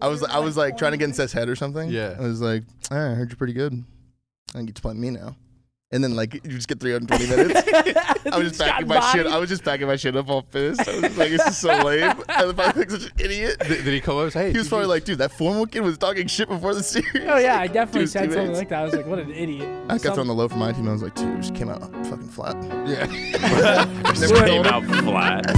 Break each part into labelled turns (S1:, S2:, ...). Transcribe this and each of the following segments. S1: I was I was like trying to get in Seth's head or something.
S2: Yeah.
S1: I was like, "Ah, I heard you're pretty good. I think you to play me now. And then like you just get 320 minutes. I was just backing my shit. I was just backing my shit up all pissed. I was just like, this is so lame. I look like such an idiot.
S2: Did, did he come up? and say, Hey,
S1: He was
S2: did
S1: probably
S2: you-
S1: like, dude, that formal kid was talking shit before the series.
S3: Oh yeah, I definitely
S1: Dude's
S3: said something
S1: teammates.
S3: like that. I was like, "What an idiot!"
S1: I got thrown the low for my team. I was like, dude, it just came out fucking flat.
S2: yeah.
S4: Just came out flat.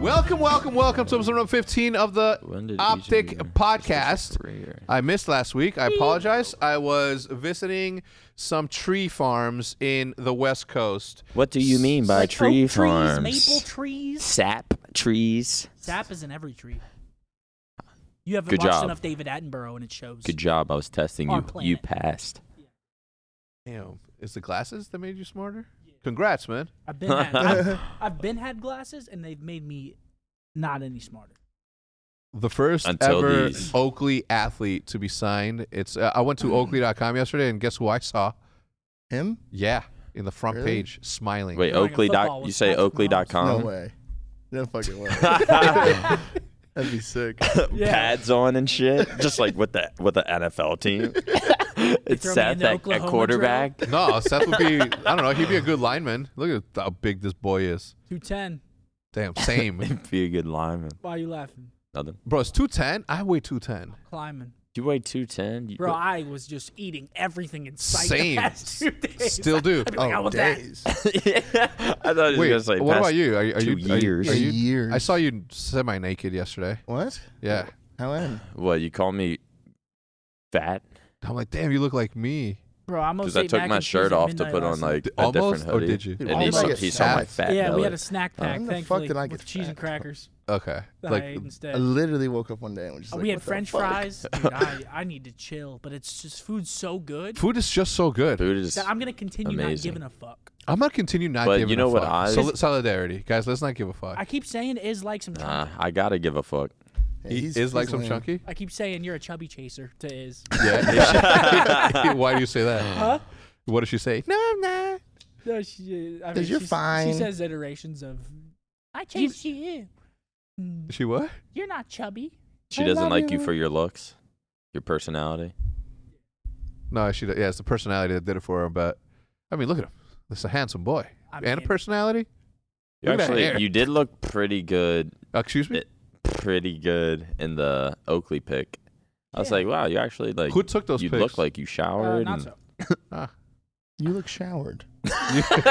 S2: welcome, welcome, welcome to episode number 15 of the
S4: When did
S2: Optic
S4: each of you-
S2: Podcast.
S4: Three or-
S3: Uh,
S2: I missed last week. I apologize. I was visiting some tree farms in the West Coast.
S4: What do you mean by
S3: Like
S4: tree
S3: oak
S4: farms?
S3: trees, maple trees.
S4: Sap trees.
S3: Sap is in every tree. You haven't
S4: Good
S3: watched
S4: job.
S3: enough David Attenborough, and it shows.
S4: Good job. I was testing
S3: Our
S4: you. You
S3: planet.
S4: passed.
S2: Damn, is the glasses that made you smarter? Congrats, man.
S3: I've been had, I've, I've been had glasses, and they've made me not any smarter.
S2: the first
S4: Until
S2: ever
S4: these.
S2: Oakley athlete to be signed. It's uh, I went to oakley.com yesterday and guess who I saw?
S1: Him?
S2: Yeah, in the front
S1: Really?
S2: page smiling.
S4: Wait,
S3: Throwing a
S4: Oakley.
S3: football
S4: Doc,
S3: with
S4: you say
S3: Patrick
S1: No
S2: Um.
S4: Oakley.com?
S1: way. No fucking way. That'd be sick.
S3: Yeah.
S4: Pads on and shit, just like with the with the NFL team. it's
S3: throw me in
S4: Seth
S3: the
S4: at, at
S3: Oklahoma
S4: quarterback.
S2: No, Seth would be. I don't know. He'd be a good lineman. Look at how big this boy is.
S3: Two ten.
S2: Damn, same.
S4: Be a good lineman.
S3: Why are you laughing?
S4: Nothing.
S2: Bro, it's two ten. I weigh two ten.
S3: Climbing,
S4: You weigh two ten,
S3: bro. I was just eating everything in sight
S2: Same.
S3: the past two days.
S2: Still do. Oh,
S3: I'd be
S4: Oh,
S3: like, I want that.
S4: I thought you were
S2: Wait,
S4: gonna say.
S2: what
S4: past
S2: about you? Are, you- are
S4: two
S2: you are you-
S4: years.
S2: Are you,
S1: Years.
S2: I saw you semi naked yesterday.
S1: What?
S2: Yeah.
S1: How am?
S4: What you call me? Fat?
S2: I'm like, damn, you look like me.
S3: Bro, I almost
S4: Because I
S3: ate
S4: took
S3: mac
S4: my
S3: and cheese
S4: shirt
S3: at
S4: off to
S3: midnight
S4: put
S3: last
S4: on
S3: night.
S4: like a
S2: Almost,
S4: different
S2: or
S4: hoodie.
S2: did you?
S4: And
S1: Dude,
S4: he
S1: almost.
S4: saw,
S1: I
S4: he
S1: get
S4: saw my
S2: fat.
S4: fat
S3: Yeah, we
S4: belly.
S3: had a snack pack.
S1: When the fuck
S3: thankfully,
S1: did I
S3: with
S1: get
S3: cheese and
S1: fat?
S3: crackers.
S2: Okay.
S3: that I
S2: Like,
S3: ate instead.
S1: I literally woke up one day and was just
S3: Uh,
S1: like,
S3: we had
S1: what the
S3: French
S1: fuck?
S3: fries. Dude, I, I need to chill, but it's just food's so good
S2: food is just so good.
S4: Food is.
S3: that I'm gonna continue not
S4: Amazing.
S3: giving a fuck.
S2: I'm gonna continue not
S4: But
S2: giving
S4: you know
S2: a
S4: what
S2: fuck.
S4: I-
S2: Sol- solidarity, guys. Let's not give a fuck.
S3: I keep saying is like some.
S4: Nah,
S3: chunky.
S4: I gotta give a fuck.
S1: Yeah,
S2: he
S1: he's-
S2: is like
S1: he's
S2: some
S1: lame.
S2: chunky.
S3: I keep saying you're a chubby chaser to is.
S2: Yeah. Why do you say that? What did she say? No, I'm not.
S3: No, she, I mean,
S1: Because you're
S3: she's- She
S1: fine.
S3: says iterations of. I chased you. Mm,
S2: She what?
S3: You're not chubby.
S4: She
S3: I
S4: doesn't
S3: love
S4: like you for your looks, your personality.
S2: No, she. Yeah, it's the personality that did it for her. But I mean, look at him. This is a handsome boy
S3: I
S2: and a
S3: mean-
S2: personality.
S4: You
S2: Look at that hair.
S4: actually, you did look pretty good,
S2: Uh, excuse me.
S4: it- pretty good in the Oakley pick. I was
S3: Yeah.
S4: like, wow, you actually like.
S2: Who took those
S4: you
S2: pics?
S4: look like you
S3: Uh,
S4: showered.
S3: not
S4: and
S3: so.
S2: Ah.
S1: You look showered.
S4: you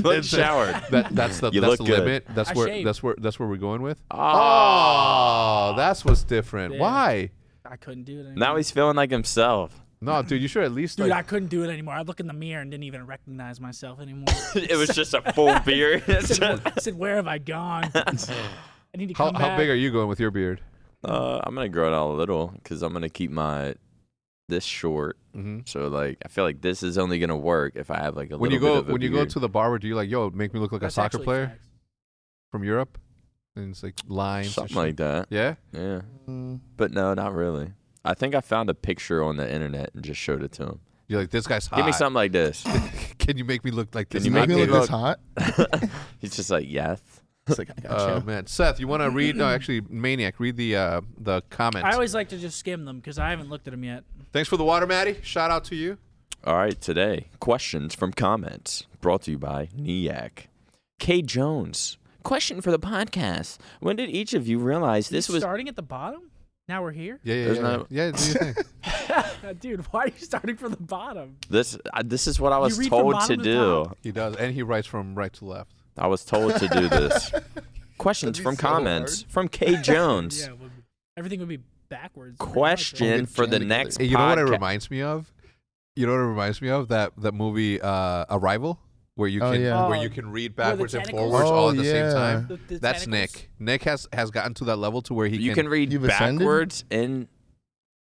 S4: look
S2: It's a-
S4: showered.
S2: That, that's the
S4: You
S2: that's
S4: look
S2: the
S4: good.
S2: limit. That's
S3: I
S2: where
S3: shaved.
S2: that's where that's where we're going with.
S4: Oh.
S2: Oh, that's what's different.
S3: Yeah.
S2: Why?
S3: I couldn't do it anymore.
S4: Now he's feeling like himself.
S2: No, dude, you should at least
S3: Dude,
S2: like,
S3: I couldn't do it anymore. I look in the mirror and didn't even recognize myself anymore.
S4: it was just a full beard.
S3: said, I said, "Where have I gone? I need to
S2: How,
S3: come
S2: how
S3: back."
S2: big are you going with your beard?
S4: uh, I'm gonna grow it out a little because I'm gonna keep my this short.
S2: Mm-hmm.
S4: So like, I feel like this is only gonna work if I have like a
S2: When you
S4: little
S2: go
S4: bit of a
S2: when you go
S4: beard.
S2: to the barber, do you like, yo, make me look like
S3: That's
S2: a soccer
S3: actually
S2: player
S3: facts.
S2: from Europe? And it's like lines, and
S4: something
S2: shit.
S4: like that.
S2: yeah.
S4: Yeah,
S1: Mm,
S4: but no, not really. I think I found a picture on the internet and just showed it to him.
S2: You're like, this guy's hot.
S4: Give me something like this.
S2: Can you make me look like
S4: Can
S2: this?
S4: you
S1: you
S4: make
S1: make me
S4: me
S1: look this
S4: look-
S1: hot?
S4: He's just like, yes.
S1: It's like, I got
S2: Oh
S1: you.
S2: man, Seth, you want to read? No, actually, Maniac, read the uh, the comment.
S3: I always like to just skim them because I haven't looked at them yet.
S2: Thanks for the water, Maddie. Shout out to you.
S4: All right, today, questions from comments brought to you by NIAC. K. Jones, question for the podcast. When did each of you realize this was.
S3: starting at the bottom. Now we're here, Uh,
S2: Yeah, yeah,
S4: There's
S2: yeah.
S4: no-
S2: yeah do your thing.
S3: dude. Why are you starting from the bottom?
S4: This I this is what I was
S3: read from
S4: told to
S3: bottom to
S4: do.
S3: top.
S2: he does, and he writes from right to left.
S4: I was told to do this. Questions
S1: That'd be
S4: from
S1: so
S4: comments from K. Jones.
S3: Yeah, it would be- everything would be backwards. pretty much, right?
S4: Question
S1: We'll get
S4: for the
S1: jammed
S4: next
S2: Hey, you know what it
S4: podca-
S2: reminds me of? You know what it reminds me of? That that movie uh, Arrival, where you
S1: Oh,
S2: can
S1: yeah.
S2: where
S3: Oh,
S2: you can read
S3: where the
S2: backwards and
S3: tentacles-
S2: forwards all at
S1: Oh,
S2: the
S1: yeah.
S2: same time.
S3: The- the
S2: That's
S3: tentacles.
S2: Nick. Nick has has gotten to that level to where he
S4: You can read
S1: You've ascended?
S4: backwards and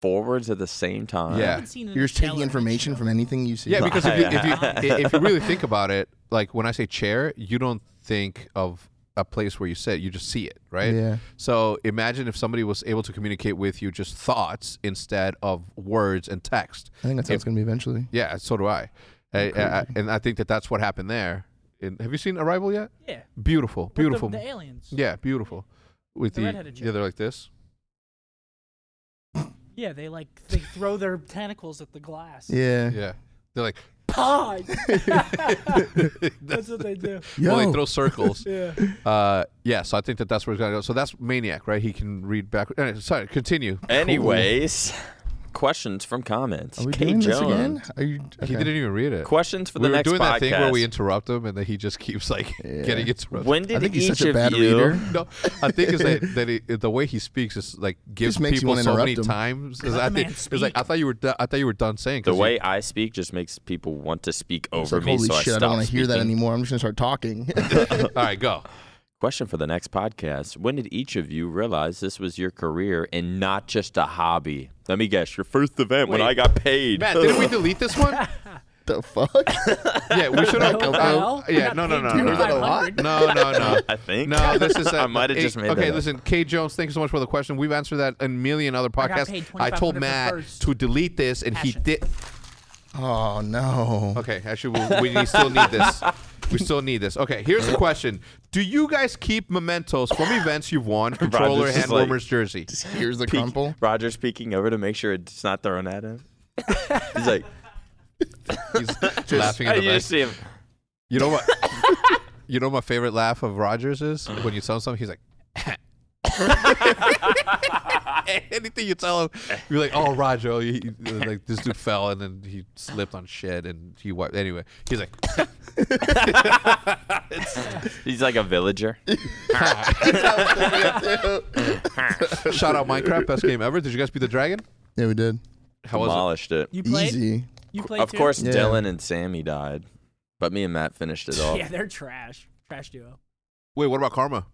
S4: forwards at the same time.
S3: I
S2: Yeah.
S3: haven't seen an
S1: You're just taking
S3: Interstellar
S1: information
S3: show.
S1: from anything you see.
S2: Yeah, because if you, if you
S4: Yeah.
S2: i- if you really think about it, like when I say chair, you don't think of a place where you sit. You just see it, right?
S1: Yeah.
S2: So imagine if somebody was able to communicate with you just thoughts instead of words and text.
S1: I think that's how it's going to be eventually.
S2: Yeah, so do I. I, I- and I think that that's what happened there. In, have you seen Arrival yet?
S3: Yeah.
S2: Beautiful,
S3: With the-
S2: beautiful.
S3: The, aliens.
S2: yeah, beautiful. With
S3: The
S2: the,
S3: redheaded
S2: yeah,
S3: chick.
S2: they're like this.
S3: Yeah, they like they throw their tentacles at the glass.
S1: Yeah.
S2: Yeah, they're like.
S3: Pie.
S2: that's
S3: That's what they do.
S2: Well, they
S1: Yo.
S2: throw circles.
S3: Yeah.
S2: Uh, yeah, so I think that that's where it's gonna go. So that's Maniac, right? He can read backwards. Anyway, sorry, continue.
S4: Anyways, questions from comments.
S1: Are we
S4: K
S1: doing
S4: Jones.
S1: this again? Are you?
S2: He
S1: okay.
S2: didn't even read it.
S4: Questions for
S2: we
S4: the
S2: were
S4: next
S2: doing
S4: podcast.
S2: that thing where we interrupt him and then he just keeps like
S1: Yeah.
S2: getting interrupted.
S4: when
S1: I
S4: did
S1: think
S4: each
S1: he's such a
S4: of
S1: bad
S4: you?
S1: reader.
S2: No, I think is that, that he, the way he speaks is like gives
S1: makes you
S2: people
S1: wanna
S2: so many
S1: interrupt him.
S2: times. 'Cause
S3: Let
S2: I
S3: the
S2: think
S3: man
S2: it's like
S3: speak.
S2: I thought you were do- I thought you were done saying 'cause
S4: The
S2: you-
S4: way I speak just makes people want to speak
S1: It's
S4: over
S1: like,
S4: me,
S1: holy
S4: so I
S1: shit! I,
S4: stop
S1: don't want to hear that
S4: speaking.
S1: anymore. I'm just gonna start talking.
S2: all right, go.
S4: Question for the next podcast: When did each of you realize this was your career and not just a hobby? Let me guess. Your first event when
S2: Wait.
S4: I got paid.
S2: Matt, didn't we delete this one?
S1: the fuck?
S2: Yeah, we should have.
S3: No, well,
S2: yeah,
S3: not
S2: no, no, no,
S3: paid
S2: no, no,
S1: $2,500.
S2: no, no, no.
S4: I think.
S2: No, this is.
S4: I might have just made
S2: Okay,
S4: that up.
S2: listen, Kay Jones, thank you so much for the question. We've answered that in a million other
S3: got
S2: podcasts.
S3: paid
S2: I told
S3: $2,500 for
S2: Matt
S3: first.
S2: to delete this, and
S3: Passion.
S2: he did.
S1: Oh no.
S2: Okay, actually, we, we still need this. We still need this. Okay, here's the question: Do you guys keep mementos from events you've won, controller,
S4: this is
S2: hand
S4: like-
S2: warmers, jersey?
S1: Just here's the
S4: Peek-
S1: crumple.
S4: Roger's peeking over to make sure it's not thrown at him. He's like,
S2: He's laughing
S4: I
S2: at the
S4: you just
S2: best.
S4: see him.
S2: You know what? You know what my favorite laugh of Rogers is when you tell him something. He's like. Anything you tell him, you're like, "Oh, Roger, oh, he, he- like this dude fell and then he slipped on shit and he wiped." Anyway, he's like,
S4: He's like a villager.
S2: "Shout out Minecraft, best game ever." Did you guys beat the dragon?
S1: Yeah, we did.
S2: How was it?
S4: Demolished it.
S3: You played.
S1: Easy.
S3: You played.
S4: Of
S3: too?
S4: course,
S1: Yeah.
S4: Dylan and Sammy died, but me and Matt finished it off.
S3: Yeah, they're trash. Trash duo.
S2: Wait, what about Karma?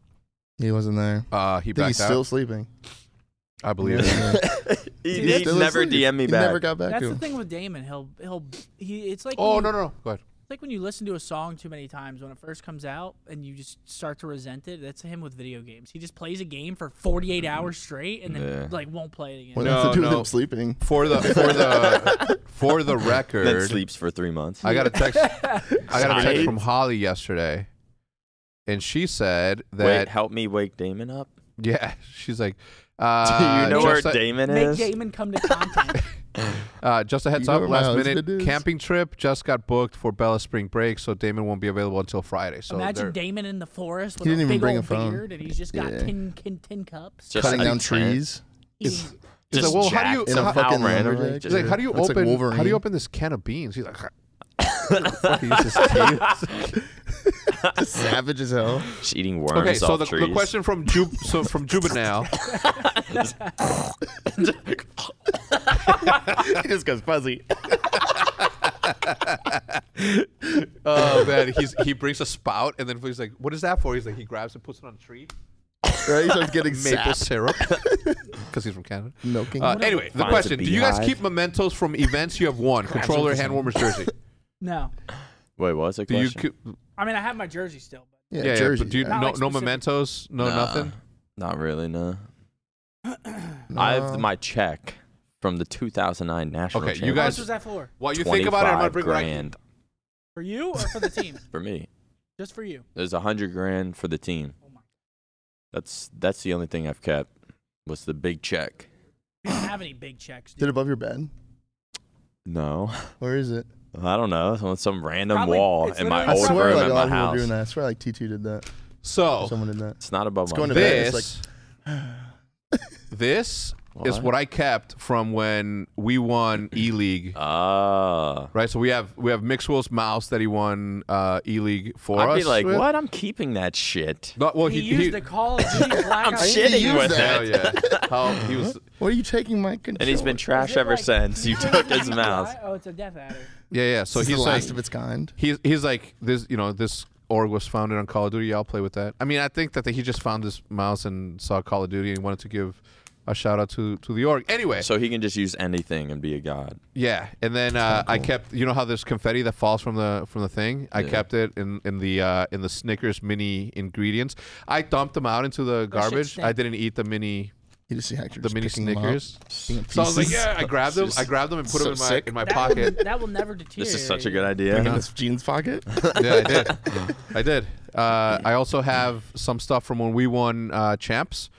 S1: He wasn't there.
S2: Uh,
S1: I
S2: he
S1: think
S2: backed
S1: he's
S2: out.
S1: still sleeping.
S2: I believe it.
S1: Yeah.
S4: He,
S3: He's
S4: he
S1: Still
S4: never
S1: asleep.
S4: DM me
S1: He
S4: back.
S1: never got back
S3: That's
S1: to
S3: the
S1: him.
S3: thing with Damon. He'll he'll he. It's like
S2: Oh
S3: when
S2: no
S3: you-
S2: no no! Go ahead.
S3: It's like when you listen to a song too many times when it first comes out and you just start to resent it. That's him with video games. He just plays a game for 48 hours straight and then
S4: Mm-hmm. Yeah.
S3: like won't play it again.
S1: What
S2: No,
S1: has to do with
S2: no.
S1: him sleeping?
S2: For the for the for the
S4: Then
S2: record,
S4: sleeps for three months.
S2: I got a text. I got a text
S4: Sorry.
S2: from Holly yesterday, and she said
S4: Wait,
S2: that
S4: help me wake Damon up.
S2: yeah, she's like,
S4: Do you
S2: uh,
S4: know where
S2: just a-
S4: Damon
S3: Make
S4: is?
S3: Damon come to contact.
S2: Uh, just a heads
S1: You know
S2: up,
S1: where my
S2: last
S1: husband
S2: minute
S1: is?
S2: camping trip just got booked for Bella's spring break, so Damon won't be available until Friday. So
S3: Imagine
S2: they're-
S3: Damon in the forest with
S1: He didn't
S3: a
S1: even
S3: big
S1: bring a
S3: old
S1: phone.
S3: beard and he's just got
S1: Yeah.
S3: tin, tin, tin cups.
S4: Just
S1: Cutting
S4: a
S1: down
S4: plant.
S1: trees.
S3: He's
S2: He's
S4: Just
S2: like, well, how do
S4: jacked
S2: you-
S4: in
S2: so how-
S4: foul
S1: fucking
S4: randomly.
S1: lumberjack?
S4: Just-
S2: He's like, how do you
S1: Looks like
S2: open? how do
S1: Wolverine.
S2: you open this can of beans? He's like, fucking uses teeth.
S1: Savage as hell.
S4: Just eating worms
S2: Okay, so
S4: off
S2: the,
S4: trees.
S2: the question from Ju- so from Juvenile
S1: he just goes fuzzy.
S2: Oh man, he's he brings a spout and then he's like, "What is that for?" He's like, he grabs and puts it on a tree.
S1: Right? He starts getting
S2: Maple
S1: sapped.
S2: syrup, because he's from Canada.
S1: Milking.
S2: Uh, anyway, the
S4: Finds a
S2: question: Do you guys
S4: beehive.
S2: keep mementos from events you have won? Controller, hand warmers, jersey.
S3: no.
S4: Wait, what was the
S2: Do you?
S4: question?
S2: Keep,
S3: I mean, I have my jersey still. But
S1: yeah,
S2: yeah, yeah,
S1: Jersey.
S2: but do you,
S1: yeah.
S3: Not
S2: no,
S3: like
S2: no
S3: specific.
S2: mementos, no
S4: Nah.
S2: nothing.
S4: Not really, no.
S1: No.
S4: I have my check from the 2009 national.
S2: Okay, you
S3: how
S2: guys-
S3: much was that for?
S2: While you think about it, I'm gonna bring what I can-
S4: grand
S3: For you or for the team?
S4: for me.
S3: just for you.
S4: There's a hundred grand for the team.
S3: Oh my.
S4: That's that's the only thing I've kept. Was the big check?
S3: We don't have any big checks.
S1: Is it
S3: Dude.
S1: above your bed?
S4: No,
S1: Where is it?
S4: I don't know. It's on some random
S3: Probably-
S4: wall
S3: it's
S4: in my
S1: I
S3: literally
S4: old
S1: swear
S4: room
S1: like
S4: at
S1: a lot
S4: my
S1: of people are doing
S4: house.
S1: that. I swear like T2 did that.
S2: So
S1: Someone did that.
S4: It's not above
S1: It's
S4: my
S1: going to
S4: bed.
S1: bed.
S2: this
S1: It's
S2: this is
S4: What?
S2: what I kept from when we won E League.
S1: Uh.
S4: Ah,
S2: Right, so we have we have Mixwell's mouse that he won uh, E League for
S4: I'd
S2: us.
S4: be like,
S2: with.
S4: what? I'm keeping that shit.
S2: No, well,
S3: he,
S2: he,
S3: used the Call of Duty Black
S4: I'm
S3: Ops.
S1: shit.
S4: shitting
S1: use
S4: with
S1: that.
S2: Hell
S4: it.
S2: yeah! How he was
S1: What are you taking my controller?
S4: And he's been
S3: Is
S4: trash
S3: it
S4: ever
S3: like-
S4: since you took his mouse.
S3: Oh, it's a death adder.
S2: Yeah, yeah. So
S1: This is
S2: he's
S1: the
S2: like,
S1: last of its kind.
S2: he's he's like this. You know, this org was founded on Call of Duty. I'll play with that. I mean, I think that he just found this mouse and saw Call of Duty and wanted to give a shout out to to the org. Anyway,
S4: So he can just use anything and be a god.
S2: yeah. And then uh, I kept. You know how there's confetti that falls from the from the thing. I
S4: Yeah.
S2: kept it in in the uh, in the Snickers mini ingredients. I dumped them out into the
S3: shit
S2: garbage. I
S3: stank.
S2: didn't eat the mini
S1: You just see Hector
S2: the
S1: just
S2: mini
S1: picking them up,
S2: Snickers.
S1: being
S2: So I was like,
S1: pieces.
S2: yeah, I grabbed them. I grabbed them and put
S1: So
S2: them in my
S1: sick.
S2: in my
S3: That
S2: pocket.
S3: Will, that will never deteriorate.
S4: This is such a good
S1: in
S4: idea.
S1: his jeans pocket.
S2: yeah, I did. I did. Uh, I also have some stuff from when we won uh, champs,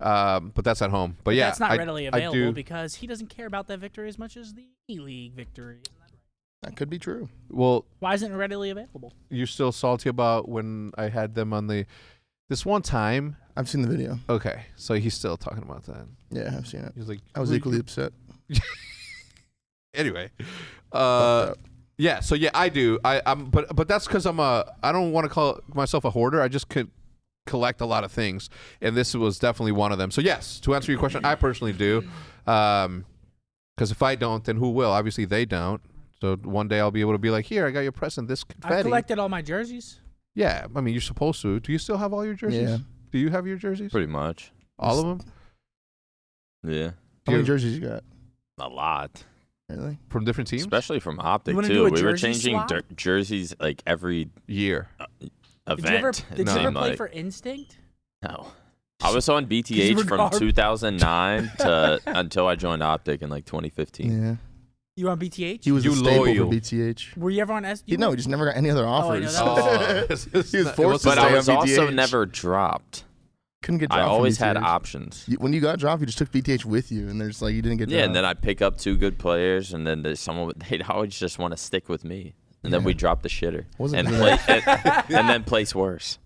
S2: um, but that's at home. But yeah,
S3: That's not
S2: I-
S3: readily
S2: I
S3: available
S2: do-
S3: because he doesn't care about that victory as much as the E League victory.
S1: that could be true.
S2: well,
S3: Why isn't it readily available?
S2: you're still salty about when I had them on the this one time.
S1: I've seen the video.
S2: Okay, so he's still talking about that.
S1: Yeah, I've seen it.
S2: He was like,
S1: I was
S2: "Well,
S1: equally
S2: you-"
S1: upset.
S2: anyway. Uh, yeah, so yeah, I do. I, I'm, but but that's because I'm a. I don't want to call myself a hoarder. I just could collect a lot of things, and this was definitely one of them. So yes, to answer your question, I personally do. Um, because if I don't, then who will? Obviously, they don't. So one day I'll be able to be like, here, I got your present, this confetti.
S3: I've collected all my jerseys.
S2: yeah, I mean, you're supposed to. Do you still have all your jerseys?
S1: Yeah.
S2: Do you have your jerseys?
S4: Pretty much.
S2: all of them
S4: Yeah.
S1: How many
S2: Dude.
S1: jerseys you got?
S4: A lot.
S1: Really?
S2: from different teams.
S4: Especially from
S3: You
S4: Optic,
S3: wanna do
S4: too.
S3: a
S4: We were
S3: jersey
S4: changing
S3: swap?
S4: jer- jerseys like every
S2: Year.
S4: event.
S3: Did you ever,
S4: it
S3: did you
S2: No.
S3: ever
S4: seemed
S3: play
S4: like.
S3: for Instinct?
S4: No. I was on
S3: you were
S4: BTH from
S3: garbage.
S4: 2009 to until I joined Optic in like 2015.
S1: Yeah.
S3: You were on BTH?
S1: He was
S2: You
S1: a staple
S2: loyal.
S1: for BTH.
S3: were you ever on S?
S1: He, no, he just never got any other
S3: I know,
S1: offers.
S3: that
S2: Oh.
S3: was-
S1: He was forced to
S4: But I
S1: stay
S4: was
S1: on
S4: also
S1: BTH.
S4: never dropped.
S1: Couldn't get.
S4: I
S1: dropped from
S4: always had
S1: BTH.
S4: options.
S1: You- when you got dropped, you just took BTH with you, and there's like you didn't get.
S4: Yeah, and
S1: dropped.
S4: then I pick up two good players, and then there's someone would- they'd always just want to stick with me, and then
S1: Yeah.
S4: we drop the shitter
S1: Wasn't
S4: and
S1: good
S4: play, and, and then place worse,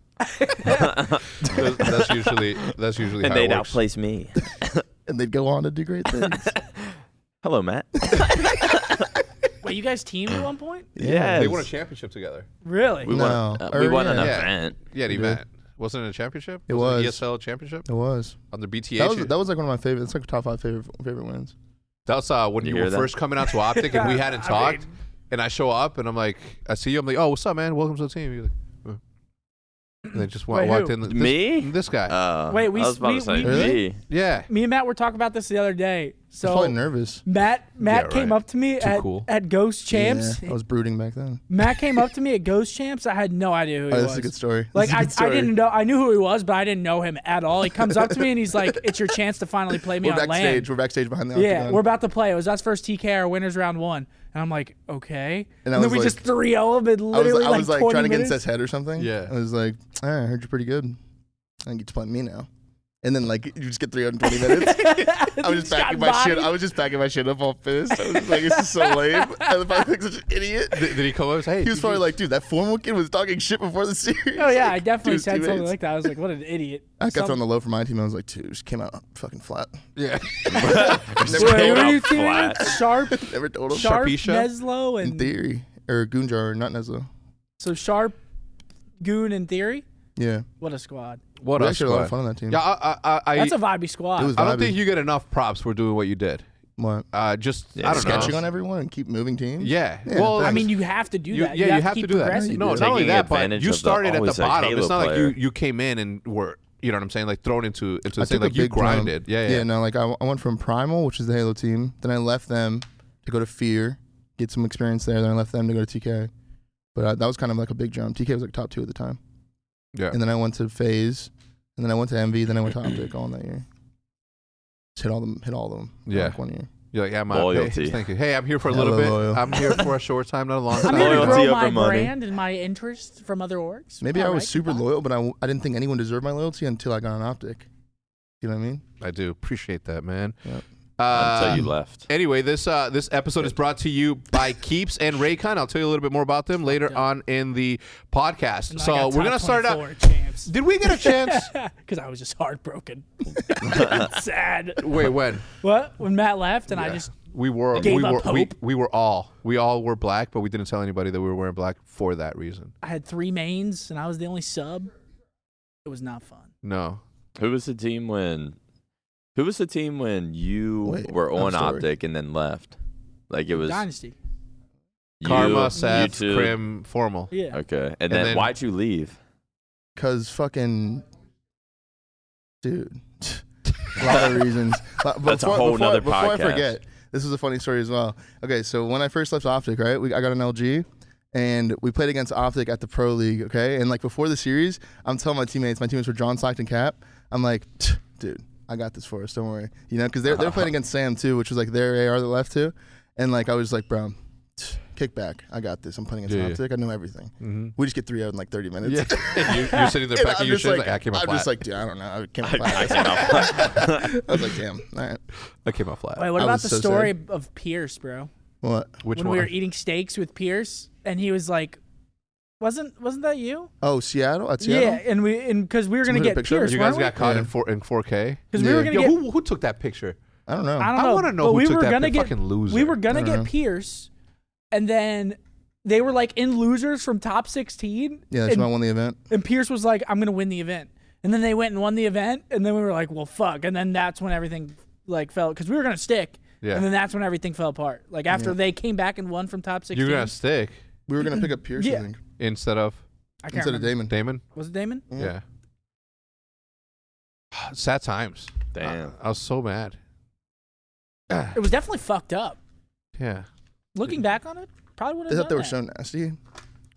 S2: that's, that's usually that's usually
S4: and
S2: how it
S4: they'd
S2: works.
S4: outplace me.
S1: and they'd go on to do great things.
S4: Hello, Matt.
S3: Wait, you guys teamed at one point?
S4: Yeah,
S2: They won a championship together.
S3: Really?
S4: we won.
S1: No,
S4: uh, we won an
S1: yeah.
S2: Yeah.
S4: event.
S2: Yeah, the
S1: did.
S2: event wasn't it a championship.
S1: It
S2: Wasn't
S1: was.
S2: it ESL championship
S1: it was.
S2: under BTH.
S1: That was that was like one of my favorite. That's like top five favorite favorite wins.
S2: That's uh, when
S4: You
S2: you,
S4: hear
S2: were
S4: that?
S2: first coming out to Optic and we hadn't
S3: I
S2: talked.
S3: mean-
S2: and I show up and I'm like, I see you. I'm like, oh, what's up, man? Welcome to the team. You're like, "Huh." and they just wa-
S3: Wait,
S2: walked
S3: who?
S2: in. This,
S4: Me?
S2: This guy.
S4: Uh,
S3: Wait, we
S4: I
S3: s-
S4: was about
S3: we-
S4: to say
S3: we-
S1: Really?
S4: me.
S2: yeah.
S3: Me and Matt were talking about this the other
S1: I
S3: day.
S1: was
S3: So
S1: probably nervous.
S3: Matt Matt
S2: Yeah,
S3: came
S2: right.
S3: up to me
S2: Too
S3: at,
S2: cool.
S3: at Ghost Champs.
S1: Yeah, I was brooding back then.
S3: Matt came up to me at Ghost Champs. I had no idea who he
S1: Oh,
S3: was.
S1: this is a good story. This
S3: Like
S1: is a
S3: I,
S1: good
S3: I
S1: story.
S3: didn't know I knew who he was, but I didn't know him at all. He comes up to me and he's like, "It's your chance to finally play me
S1: We're
S3: on
S1: backstage.
S3: land."
S1: We're backstage behind the
S3: Yeah,
S1: octagon.
S3: we're about to play. It was us first TK, our winners round one, and I'm like, "Okay."
S1: And
S3: And,
S1: I
S3: then
S1: was
S3: we
S1: like-
S3: just 3-0 him in
S1: I was,
S3: literally
S1: I was
S3: like,
S1: like
S3: 20
S1: trying to get
S3: minutes.
S1: into his head or something.
S2: Yeah.
S1: I was like, "Ah, I heard you're pretty good. I think you to play me now. And then like you just get 320 minutes. I was just packing my shit. I was just packing my shit up all pissed. I was just like, this is so lame. I felt like such an idiot.
S2: Did, did he come up? Hey,
S1: He was
S2: did
S1: probably
S2: you-
S1: like, dude, that formal kid was talking shit before the series.
S3: Oh yeah, I
S1: Like,
S3: definitely
S1: dude's
S3: said something
S1: teammates.
S3: like that. I was like, "What an idiot."
S1: I got
S3: Some-
S1: thrown the low for my team. I was like, two, just came out fucking flat.
S2: yeah.
S1: Never
S3: Wait,
S1: told
S3: what
S1: him.
S3: are you
S4: out
S3: kidding me?
S4: flat.
S3: Sharp,
S1: Never told him.
S3: Sharp,
S2: Sharpeisha?
S3: Neslo,
S1: In
S3: and
S1: theory, or Goonjar, not Nezlo.
S3: so Sharp, Goon, and Theory.
S1: Yeah,
S3: What a squad!
S2: What
S1: we
S2: a
S1: actually had a lot of
S2: squad.
S1: fun on that team.
S2: Yeah, I, I, I, I,
S3: That's a vibey squad.
S1: It was
S2: I don't
S1: vibey.
S2: think you get enough props for doing what you did.
S1: What?
S2: Uh, just
S4: Yeah,
S2: I don't
S1: Sketching
S2: know.
S1: on everyone and keep moving teams.
S2: Yeah.
S1: Yeah,
S2: Well,
S1: thanks.
S3: I mean, you have to do
S2: You-
S3: that.
S2: yeah,
S3: you have to keep
S2: do that.
S3: progressing.
S1: No,
S2: No, not only
S4: Taking
S2: that, but
S4: advantage
S2: you
S4: of the-
S2: started at the
S4: always, like,
S2: bottom.
S4: Halo
S2: it's not
S4: player.
S2: like you, you came in and were, you know what I'm saying, like thrown into into
S1: I
S2: the thing.
S1: took
S2: Like
S1: a
S2: you
S1: big jump.
S2: grinded. Yeah, yeah.
S1: No, like I, I went from Primal, which is the Halo team. Then I left them to go to Fear, get some experience there. Then I left them to go to TK. But uh, that was kind of like a big jump. TK was like top two at the time.
S2: Yeah.
S1: And then I went to Phase, and then I went to MV, then I went to Optic all in that year. Just hit all them. Hit all of them.
S2: Yeah.
S1: Like one year.
S2: You're like, yeah, I'm
S4: Loyalty.
S2: Hey, thank you. Hey, I'm here for a
S1: Yeah,
S2: little
S1: the
S2: bit.
S1: loyal.
S2: I'm here for a short time, not a long
S3: I'm
S2: time.
S3: here to
S4: Loyalty
S3: grow my
S4: over money.
S3: brand and my interest from other orgs.
S1: Maybe I
S3: All
S1: was
S3: right,
S1: super
S3: goodbye.
S1: loyal, but I, w- I didn't think anyone deserved my loyalty until I got on Optic. You know what I mean?
S2: I do appreciate that, man.
S1: Yep.
S2: Uh,
S4: Until you
S1: Um,
S4: left.
S2: Anyway, this uh, this episode is brought to you by Keeps and Raycon. I'll tell you a little bit more about them later on in the podcast.
S3: And I
S2: so
S3: got
S2: we're
S3: top
S2: gonna start out.
S3: 24 champs
S2: Did we get a chance?
S3: because I was just heartbroken, sad.
S2: Wait, when?
S3: What when Matt left and I
S2: Yeah.
S3: just
S2: we were
S3: gave
S2: we
S3: up
S2: were we,
S3: hope.
S2: we were all we all were black, but we didn't tell anybody that we were wearing black for that reason.
S3: I had three mains and I was the only sub. It was not fun.
S2: No,
S4: Who was the team when? Who was the team when you
S1: Wait,
S4: were
S1: I'm
S4: on
S1: sorry.
S4: Optic and then left? Like it was
S3: Dynasty.
S4: you,
S2: Karma,
S4: you
S2: Seth,
S4: two.
S2: Krim, Formal.
S3: Yeah.
S4: Okay, and,
S2: And
S4: then,
S2: then-
S4: why'd you leave?
S1: Cause fucking, dude, a lot of reasons. But
S4: That's a whole
S1: before,
S4: nother
S1: before I
S4: podcast.
S1: forget, this is a funny story as well. Okay, so when I first left Optic, right, we, I got an LG, and we played against Optic at the Pro League. Okay, and like before the series, I'm telling my teammates, my teammates were John Slackton Cap. I'm like, "Tch, dude, I got this for us. Don't worry. You know, because they're they're playing against Sam too, which was like their AR that left too, and like I was like, bro, kick back. I got this. I'm playing against
S2: Yeah, yeah.
S1: Optic. I know everything.
S2: Mhm.
S1: We just get three out in like 30 minutes.
S2: Yeah. And you, you're sitting there
S1: And
S2: packing
S1: I'm
S2: your
S1: just
S2: shit.
S1: like-
S2: Like, I came out
S1: I'm
S2: flat.
S1: just like, dude, I don't know. I came out
S4: I
S1: flat.
S4: came out flat.
S1: I was like, damn. All right.
S2: I came out flat.
S3: Wait, what
S1: I
S3: about
S1: was
S3: the
S1: so
S3: story of Pierce, bro?
S1: What?
S2: Which
S3: when
S2: one?
S3: we were eating steaks with Pierce, and he was like, "Wasn't wasn't that you?"
S1: Oh, Seattle. At Seattle.
S3: Yeah, and we and because we were gonna
S1: Somebody
S3: get
S1: picked up.
S3: Pierce,
S2: you guys
S3: weren't
S2: got caught
S1: Yeah.
S2: in four in 4K.
S3: we? Because we were
S1: Yeah.
S3: gonna
S2: Yo,
S3: get.
S2: who, who took that picture?
S1: I don't know.
S3: I don't
S2: I
S3: know.
S2: wanna know
S3: but
S2: who
S3: we
S2: took
S3: were
S2: that
S3: gonna
S2: pic-
S3: get,
S2: fucking loser.
S3: We were gonna
S1: I
S3: get
S1: dunno.
S3: Pierce, and then they were like in losers from top sixteen.
S1: Yeah, that's
S3: and,
S1: when I won the event.
S3: and Pierce was like, "I'm gonna win the event," and then they went and won the event, and then we were like, "Well, fuck!" And then that's when everything like fell because we were gonna stick.
S2: Yeah.
S3: And then that's when everything fell apart. Like after they came back and won from top sixteen.
S2: You're gonna stick
S1: We were gonna pick up Pierce,
S3: Yeah.
S1: I think,
S2: instead of
S3: I can't
S1: instead of
S3: remember.
S1: Damon. Mm-hmm.
S2: Damon.
S3: Was it Damon?
S4: Mm-hmm.
S2: Yeah. Sad times.
S1: uh,
S4: Damn.
S2: I, I was so mad.
S3: It was definitely fucked up.
S2: Yeah.
S3: Looking back on it, probably would
S1: They
S3: have.
S1: thought
S3: done
S1: they were
S3: that.
S1: so nasty.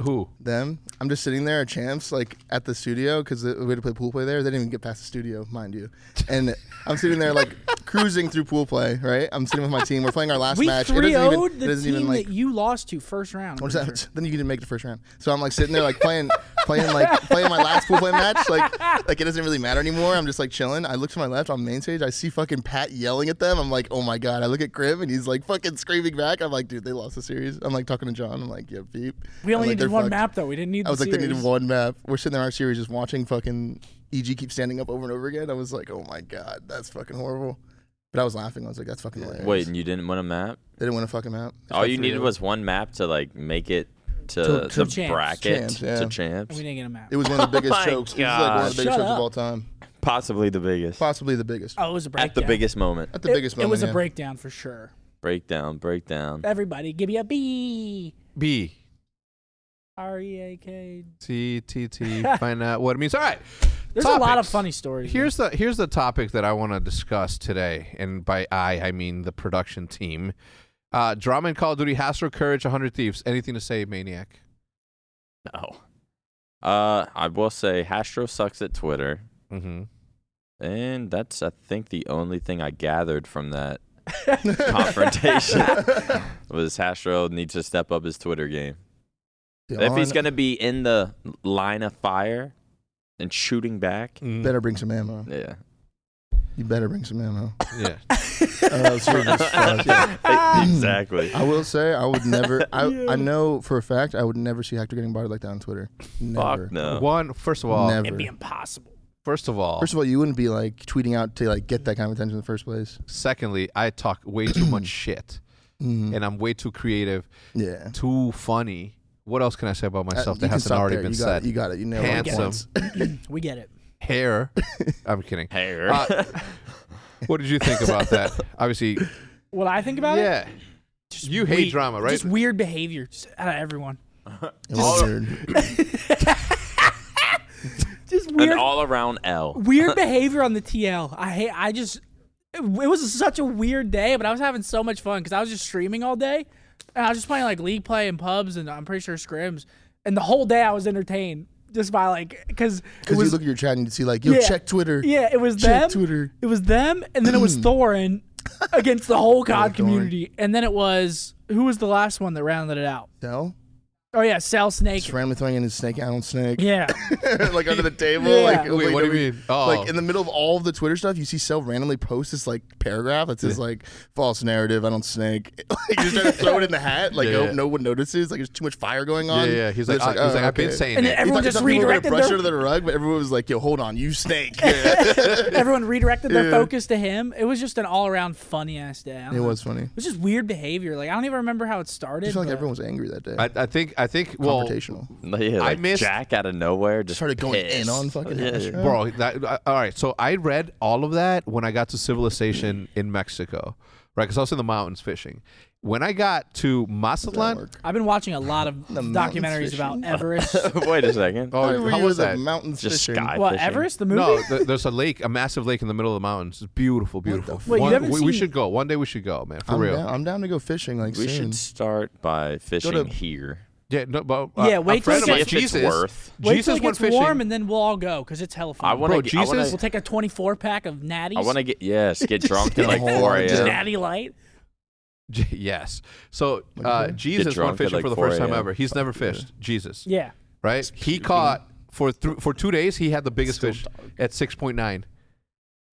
S2: Who?
S1: Them. I'm just sitting there at champs, like at the studio, because we had to play pool play there. They didn't even get past the studio, mind you. And I'm sitting there like cruising through pool play. Right. I'm sitting with my team. We're playing our last
S3: We
S1: match.
S3: 3 0'd
S1: it
S3: the
S1: doesn't
S3: team
S1: even like.
S3: that you lost to first round. I'm
S1: What is
S3: pretty
S1: that?
S3: sure.
S1: Then you didn't make the first round. So I'm like sitting there, like playing, playing, like playing my last pool play match. Like, like it doesn't really matter anymore. I'm just like chilling. I look to my left on main stage. I see fucking Pat yelling at them. I'm like, oh my god. I look at Grim and he's like fucking screaming back. I'm like, dude, they lost the series. I'm like talking to John. I'm like, yeah, beep.
S3: We only
S1: I'm like,
S3: needed
S1: "They're
S3: one
S1: fucked."
S3: map though. We didn't need.
S1: I was
S3: the
S1: like, they needed
S3: series.
S1: one map. We're sitting there in our series, just watching fucking EG keep standing up over and over again. I was like, oh my god, that's fucking horrible. But I was laughing. I was like, that's fucking hilarious.
S4: Wait, and you didn't win a map?
S1: they didn't win a fucking map.
S4: All you
S1: Three
S4: needed
S1: of
S4: was one map to like make it to,
S3: To- to
S4: the
S3: champs.
S4: bracket
S1: Champs, yeah.
S4: to
S3: And
S4: champs,
S3: we didn't get a map.
S1: It was one of the biggest
S4: Oh my
S1: jokes. It was like one of the biggest
S3: Shut
S1: jokes
S3: up.
S1: of all time.
S4: possibly the biggest.
S1: Possibly the biggest.
S3: oh, it was a breakdown.
S4: At the biggest moment,
S1: At the
S3: It-
S1: biggest
S3: It
S1: moment.
S3: was a
S1: yeah.
S3: breakdown for sure.
S4: breakdown, breakdown.
S3: Everybody, give me a B.
S2: B.
S3: R e a k.
S2: T T T. Find out what it means. All right.
S3: There's a lot of
S2: Topics.
S3: funny stories.
S2: Here's the here's the topic that I want to discuss today, and by I I mean the production team. Uh, drama in Call of Duty, Hassler, Courage, 100 Thieves. Anything to say, Maniac?
S4: No. Uh, I will say Hastro sucks at Twitter,
S2: Mm-hmm.
S4: and that's I think the only thing I gathered from that confrontation was Hastro needs to step up his Twitter game. If he's gonna be in the line of fire and shooting back,
S1: better bring some ammo.
S4: yeah.
S1: You better bring some ammo.
S2: Yeah. Oh,
S1: Uh, so just fuck, yeah.
S4: exactly.
S1: I will say I would never. I I know for a fact I would never see Hector getting bodied like that on Twitter. Never.
S4: Fuck no.
S2: One. First of all.
S1: Never.
S3: It'd be impossible.
S2: First of all.
S1: First of all, you wouldn't be like tweeting out to like get that kind of attention in the first place.
S2: secondly, I talk way too much shit,
S1: Mhm.
S2: and I'm way too creative,
S1: Yeah.
S2: too funny. What else can I say about
S1: Uh,
S2: myself
S1: you
S2: that
S1: can
S2: hasn't
S1: stop
S2: already
S1: there.
S2: been
S1: you Got
S2: said?
S1: it. You got it. You nailed it.
S2: Handsome.
S1: Points.
S3: We get it.
S2: Hair. I'm kidding.
S4: Hair.
S2: Uh, what did you think about that? Obviously,
S3: What I think about it.
S2: yeah.
S3: Just
S2: You hate
S3: we-
S2: drama, right?
S3: Just weird behavior just out of everyone.
S1: It
S4: Oh.
S1: was weird.
S3: Just
S4: An
S3: weird
S4: all around L.
S1: Uh,
S3: weird behavior on the TL. I hate. I just. It was such a weird day, but I was having so much fun because I was just streaming all day, and I was just playing like league play and pubs, and I'm pretty sure scrims. And the whole day I was entertained just by like because it
S1: Because you
S3: was
S1: look at your chat and you see like, yo,
S3: Yeah.
S1: check Twitter.
S3: yeah, it was them.
S1: Check Twitter.
S3: It was them, and then it was Thorin against the whole COD
S1: Oh, Thorin.
S3: community, and then it was who was the last one that rounded it out?
S1: Dell
S3: Oh yeah, Sal Snake.
S1: just randomly throwing in his snake. I don't snake.
S3: Yeah,
S1: like under the table.
S3: Yeah.
S1: Like,
S2: Wait,
S1: like,
S2: what do you
S1: every-
S2: mean? Oh.
S1: Like in the middle of all of the Twitter stuff, you see Cell randomly post this like paragraph that says like false narrative. I don't snake. like just trying to throw it in the hat. Like
S2: Yeah,
S1: no,
S2: yeah.
S1: no one notices. Like there's too much fire going on.
S2: Yeah, yeah. He's
S1: And
S2: like,
S1: it's
S2: I, he's like
S1: oh,
S2: I've been
S1: okay.
S2: saying
S3: And
S2: that.
S1: You
S3: everyone
S1: thought- you
S3: just
S1: thought people were gonna
S3: redirected
S1: brush
S3: their-
S1: it under the rug, but everyone was like, "Yo, hold on, you snake."
S3: everyone redirected their focus to him. It was just an all around funny ass day. I don't
S1: it
S3: know.
S1: was funny.
S3: It was just weird behavior. Like I don't even remember how it started.
S1: I feel like
S3: but-
S1: everyone was angry that day.
S2: I, I think. I think. Well,
S1: Confrontational.
S4: Yeah, like
S2: missed-
S4: Jack out of nowhere just
S1: Started going in
S4: pissed.
S1: on fucking Asher.
S2: bro. That, I- all right. So I read all of that when I got to Civilization in Mexico, right? Because I was in the mountains fishing. When I got to Mazatlan,
S3: I've been watching a lot of documentaries
S1: mountains
S3: about
S1: fishing?
S3: Everest.
S4: Wait a second.
S2: oh,
S1: Where
S2: how
S1: you
S2: was
S1: were the
S2: that?
S1: Mountains
S4: Just
S1: fishing.
S4: sky.
S3: what
S4: fishing.
S3: Everest? The movie?
S2: No, th- there's a lake, a massive lake in the middle of the mountains. It's beautiful, beautiful.
S1: fuck?
S3: Wait, you
S2: One-
S3: haven't
S2: we, we
S3: seen-
S2: should go one day. We should go, man, for
S1: I'm
S2: real.
S1: down, I'm down to go fishing like
S4: We
S1: soon.
S4: should start by fishing
S1: to-
S4: here.
S2: Yeah, no, but uh,
S3: Yeah,
S2: a
S3: wait till
S2: friend
S3: it
S2: of mine-
S4: gets- See if it's
S2: Jesus,
S4: worth.
S3: Wait till
S2: Jesus
S3: it
S2: went
S3: gets
S2: fishing.
S3: warm, and then we'll all go because it's hella fun.
S4: I want
S2: Bro,
S4: to.
S2: Jesus-
S3: we'll take a 24 pack of natties.
S4: I want to get yes, get drunk
S1: get
S4: at
S1: a
S4: like
S1: whole
S4: 4
S1: lot of
S4: a.m.
S1: gin.
S3: natty light.
S2: J- yes. So uh, Jesus
S4: drunk
S2: went
S4: at,
S2: fishing
S4: like,
S2: for the
S4: 4
S2: first time
S4: a.m..
S2: ever. He's never fished. Jesus,
S3: Yeah.
S2: right? He caught for th- for two days. He had the biggest
S1: Still
S2: fish at six point nine,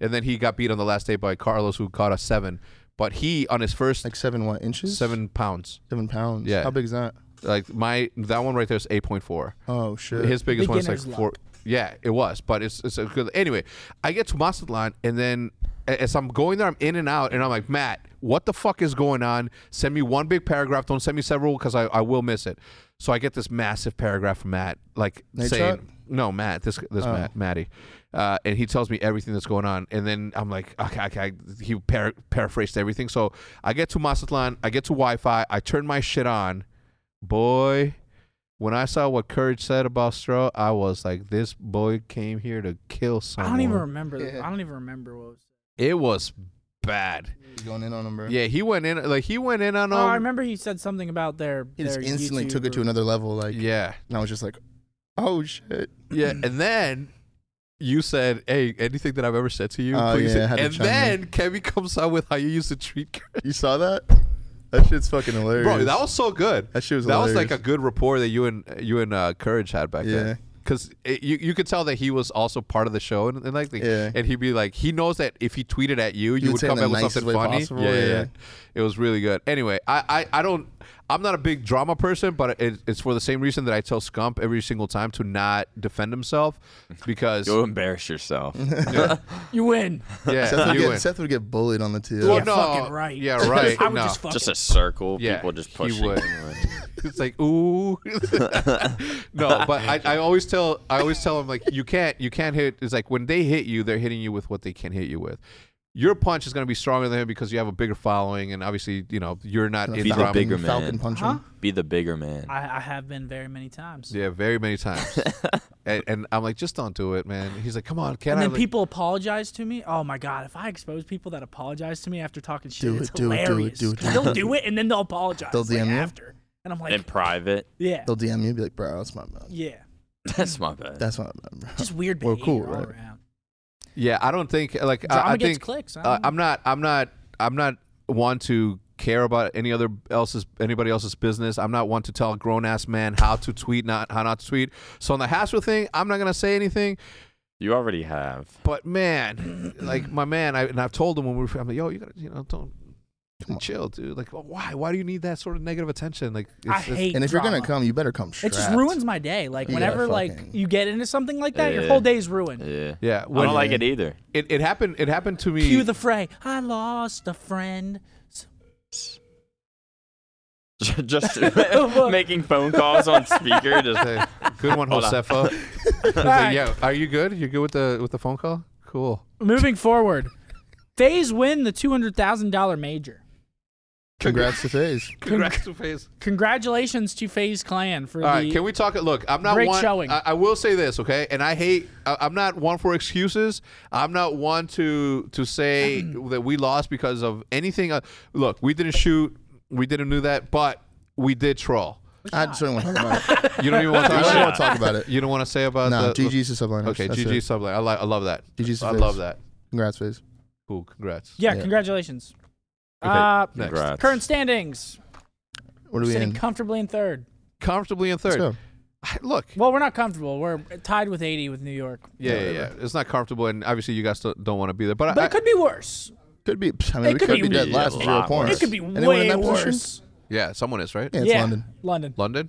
S2: and then he got beat on the last day by Carlos, who caught a seven. But he on his first
S1: Like seven what inches?
S2: seven pounds.
S1: Seven pounds.
S2: Yeah.
S1: How big is that?
S2: Like my that one right there is eight point four.
S1: Oh shit.
S2: His biggest one is like
S3: Beginner's
S2: four. Yeah, it was, but it's it's a good. Anyway, I get to Mazatlan, and then a- as I'm going there, I'm in and out, and I'm like, Matt, what the fuck is going on? Send me one big paragraph. Don't send me several because I, I will miss it. So I get this massive paragraph from Matt, like
S1: Nate
S2: saying,
S1: Shot?
S2: no, Matt, this this Matt, Matty, uh, and he tells me everything that's going on, and then I'm like, okay, okay. He par- paraphrased everything. So I get to Mazatlan, I get to Wi-Fi, I turn my shit on, boy. When I saw what Courage said about Stro, I was like, this boy came here to kill
S3: I
S2: someone.
S3: don't even remember. the-
S1: Yeah.
S3: I don't even remember what was.
S2: It was bad.
S1: He's going in on him, bro.
S2: Yeah, he went in like he went in on.
S3: Oh, I
S2: him.
S3: remember you said something about their.
S1: He just
S3: their
S1: instantly
S3: YouTube
S1: took it to
S3: or-
S1: another level. Like,
S2: Yeah,
S1: and I was just like, oh shit.
S2: yeah, and then. You said, "Hey, anything that I've ever said to you,
S1: Oh,
S2: please."
S1: yeah, I had to
S2: and
S1: chime in.
S2: then Kevin comes out with how you used to treat Courage.
S1: You saw that? That shit's fucking hilarious.
S2: Bro, that was so good.
S1: That shit was
S2: That was like a
S1: hilarious.
S2: good rapport that you and you and uh, Courage had back
S1: Yeah.
S2: then. Because you you could tell that he was also part of the show and, and like the-
S1: Yeah.
S2: and he'd be like he knows that if he tweeted at you you
S1: would
S2: would
S1: say it
S2: come
S1: in
S2: back
S1: the
S2: with
S1: nicest
S2: something
S1: way
S2: funny.
S1: possible,
S2: yeah,
S1: yeah.
S2: it was really good. Anyway, I I, I don't I'm not a big drama person, but it, it's for the same reason that I tell Scump every single time to not defend himself because
S4: You'll embarrass yourself.
S3: You win.
S1: Seth
S2: yeah
S1: would,
S2: you
S1: get,
S2: win.
S1: Seth would get bullied on the TL.
S2: Well,
S3: Yeah, fucking right.
S2: Yeah, right.
S3: I would
S2: no.
S3: just fucking.
S4: just a circle.
S2: Yeah,
S4: People just
S2: he
S4: pushing.
S2: would.
S4: you.
S2: it's like ooh no but I, I always tell i always tell them like you can't you can't hit it's like when they hit you they're hitting you with what they can hit you with your punch is going to be stronger than him because you have a bigger following and obviously you know you're not in
S4: Be the
S2: drama.
S4: bigger man.
S1: Falcon punch him.
S3: Huh?
S4: Be the bigger man.
S3: I, I have been very many times.
S2: yeah very many times and, and i'm like just don't do it man he's like come on can
S3: And
S2: i
S3: then
S2: Like,
S3: people apologize to me. Oh my god! If I expose people that apologize to me after talking shit,
S1: Do
S3: it's
S1: it, do it, do it,
S3: hilarious.
S1: do it, do it, do
S3: They'll do it, and then they'll apologize.
S1: They'll
S3: like,
S1: DM you?
S3: after, and I'm like,
S4: In private.
S3: yeah,
S1: They'll DM you, be like, bro, that's my bad.
S3: yeah,
S4: That's my bad.
S1: That's my bad, bro.
S3: just weird
S1: Well,
S3: behavior
S1: cool,
S3: all
S1: right?
S3: around.
S2: yeah i don't think like I-
S3: Drama
S2: I,
S3: gets
S2: think
S3: clicks. I
S2: uh,
S3: don't know.
S2: I'm not. I'm not. I'm not one to care about any other else's anybody else's business. I'm not one to tell a grown ass man how to tweet, not how not to tweet. So on the Hasbro thing, I'm not gonna say anything.
S4: you already have.
S2: But man, like my man, I, and I've told him when we were, I'm like, yo, you gotta, you know, don't.
S1: Come on.
S2: Chill, dude. Like, well, why? Why do you need that sort of negative attention? Like,
S3: I hate.
S1: And if you're gonna
S3: drama.
S1: come, you better come
S3: it
S1: strapped.
S3: just ruins my day. Like
S1: Yeah,
S3: whenever like
S1: fucking-
S3: you get into something like that, your
S4: Yeah.
S3: whole day's ruined.
S4: Yeah.
S2: Yeah,
S4: I
S2: when
S4: don't like it either.
S2: it, it happened. It happened to me.
S3: Cue the fray. I lost a friend.
S4: just making phone calls on speaker. Just
S2: Hey, good one,
S4: Hold on.
S2: Josefa.
S3: All right,
S2: yeah, are you good? You good with the with the phone call? Cool.
S3: Moving forward, FaZe win the two hundred thousand dollar major.
S1: Congrats to FaZe.
S2: Congrats to face.
S3: Congratulations to FaZe Clan for
S2: All
S3: the
S2: right, can we talk? Look, I'm not
S3: Great
S2: one.
S3: showing.
S2: I, I will say this, okay? And I hate. I, I'm not one for excuses. I'm not one to to say that we lost because of anything. Uh, look, we didn't shoot. We didn't do that, but we did troll.
S1: I just don't want to talk about it.
S2: You don't even want to
S1: I
S2: talk
S1: don't want
S2: about
S1: to talk about it.
S2: it. You don't want to say about
S1: No,
S2: the
S1: GG's to subliners.
S2: Okay,
S1: That's
S2: GG
S1: it.
S2: subline. I like. I love that.
S1: GG's
S2: I
S1: to
S2: love
S1: face.
S2: that.
S1: Congrats, FaZe.
S2: Cool. Congrats.
S3: Yeah,
S1: Yeah.
S3: congratulations.
S2: Okay,
S3: uh,
S2: next.
S4: Congrats.
S3: current standings.
S1: What are we
S3: sitting
S1: in?
S3: comfortably in third.
S2: Comfortably in
S1: Let's
S2: third.
S1: go.
S2: Look.
S3: Well, we're not comfortable. We're tied with 80 with New York.
S2: Yeah, yeah, yeah. It's not comfortable, and obviously you guys don't- don't want to be there. But,
S3: But
S2: I,
S3: it could be worse.
S1: Could be. I mean, we
S3: could
S1: could,
S3: be
S1: be dead
S4: a
S1: last with zero
S4: lot
S1: points.
S4: worse.
S3: It could be
S1: Anyone in
S3: way
S1: that position?
S3: worse.
S2: yeah, someone is right.
S1: Yeah, it's
S3: yeah.
S1: London.
S3: London.
S2: London.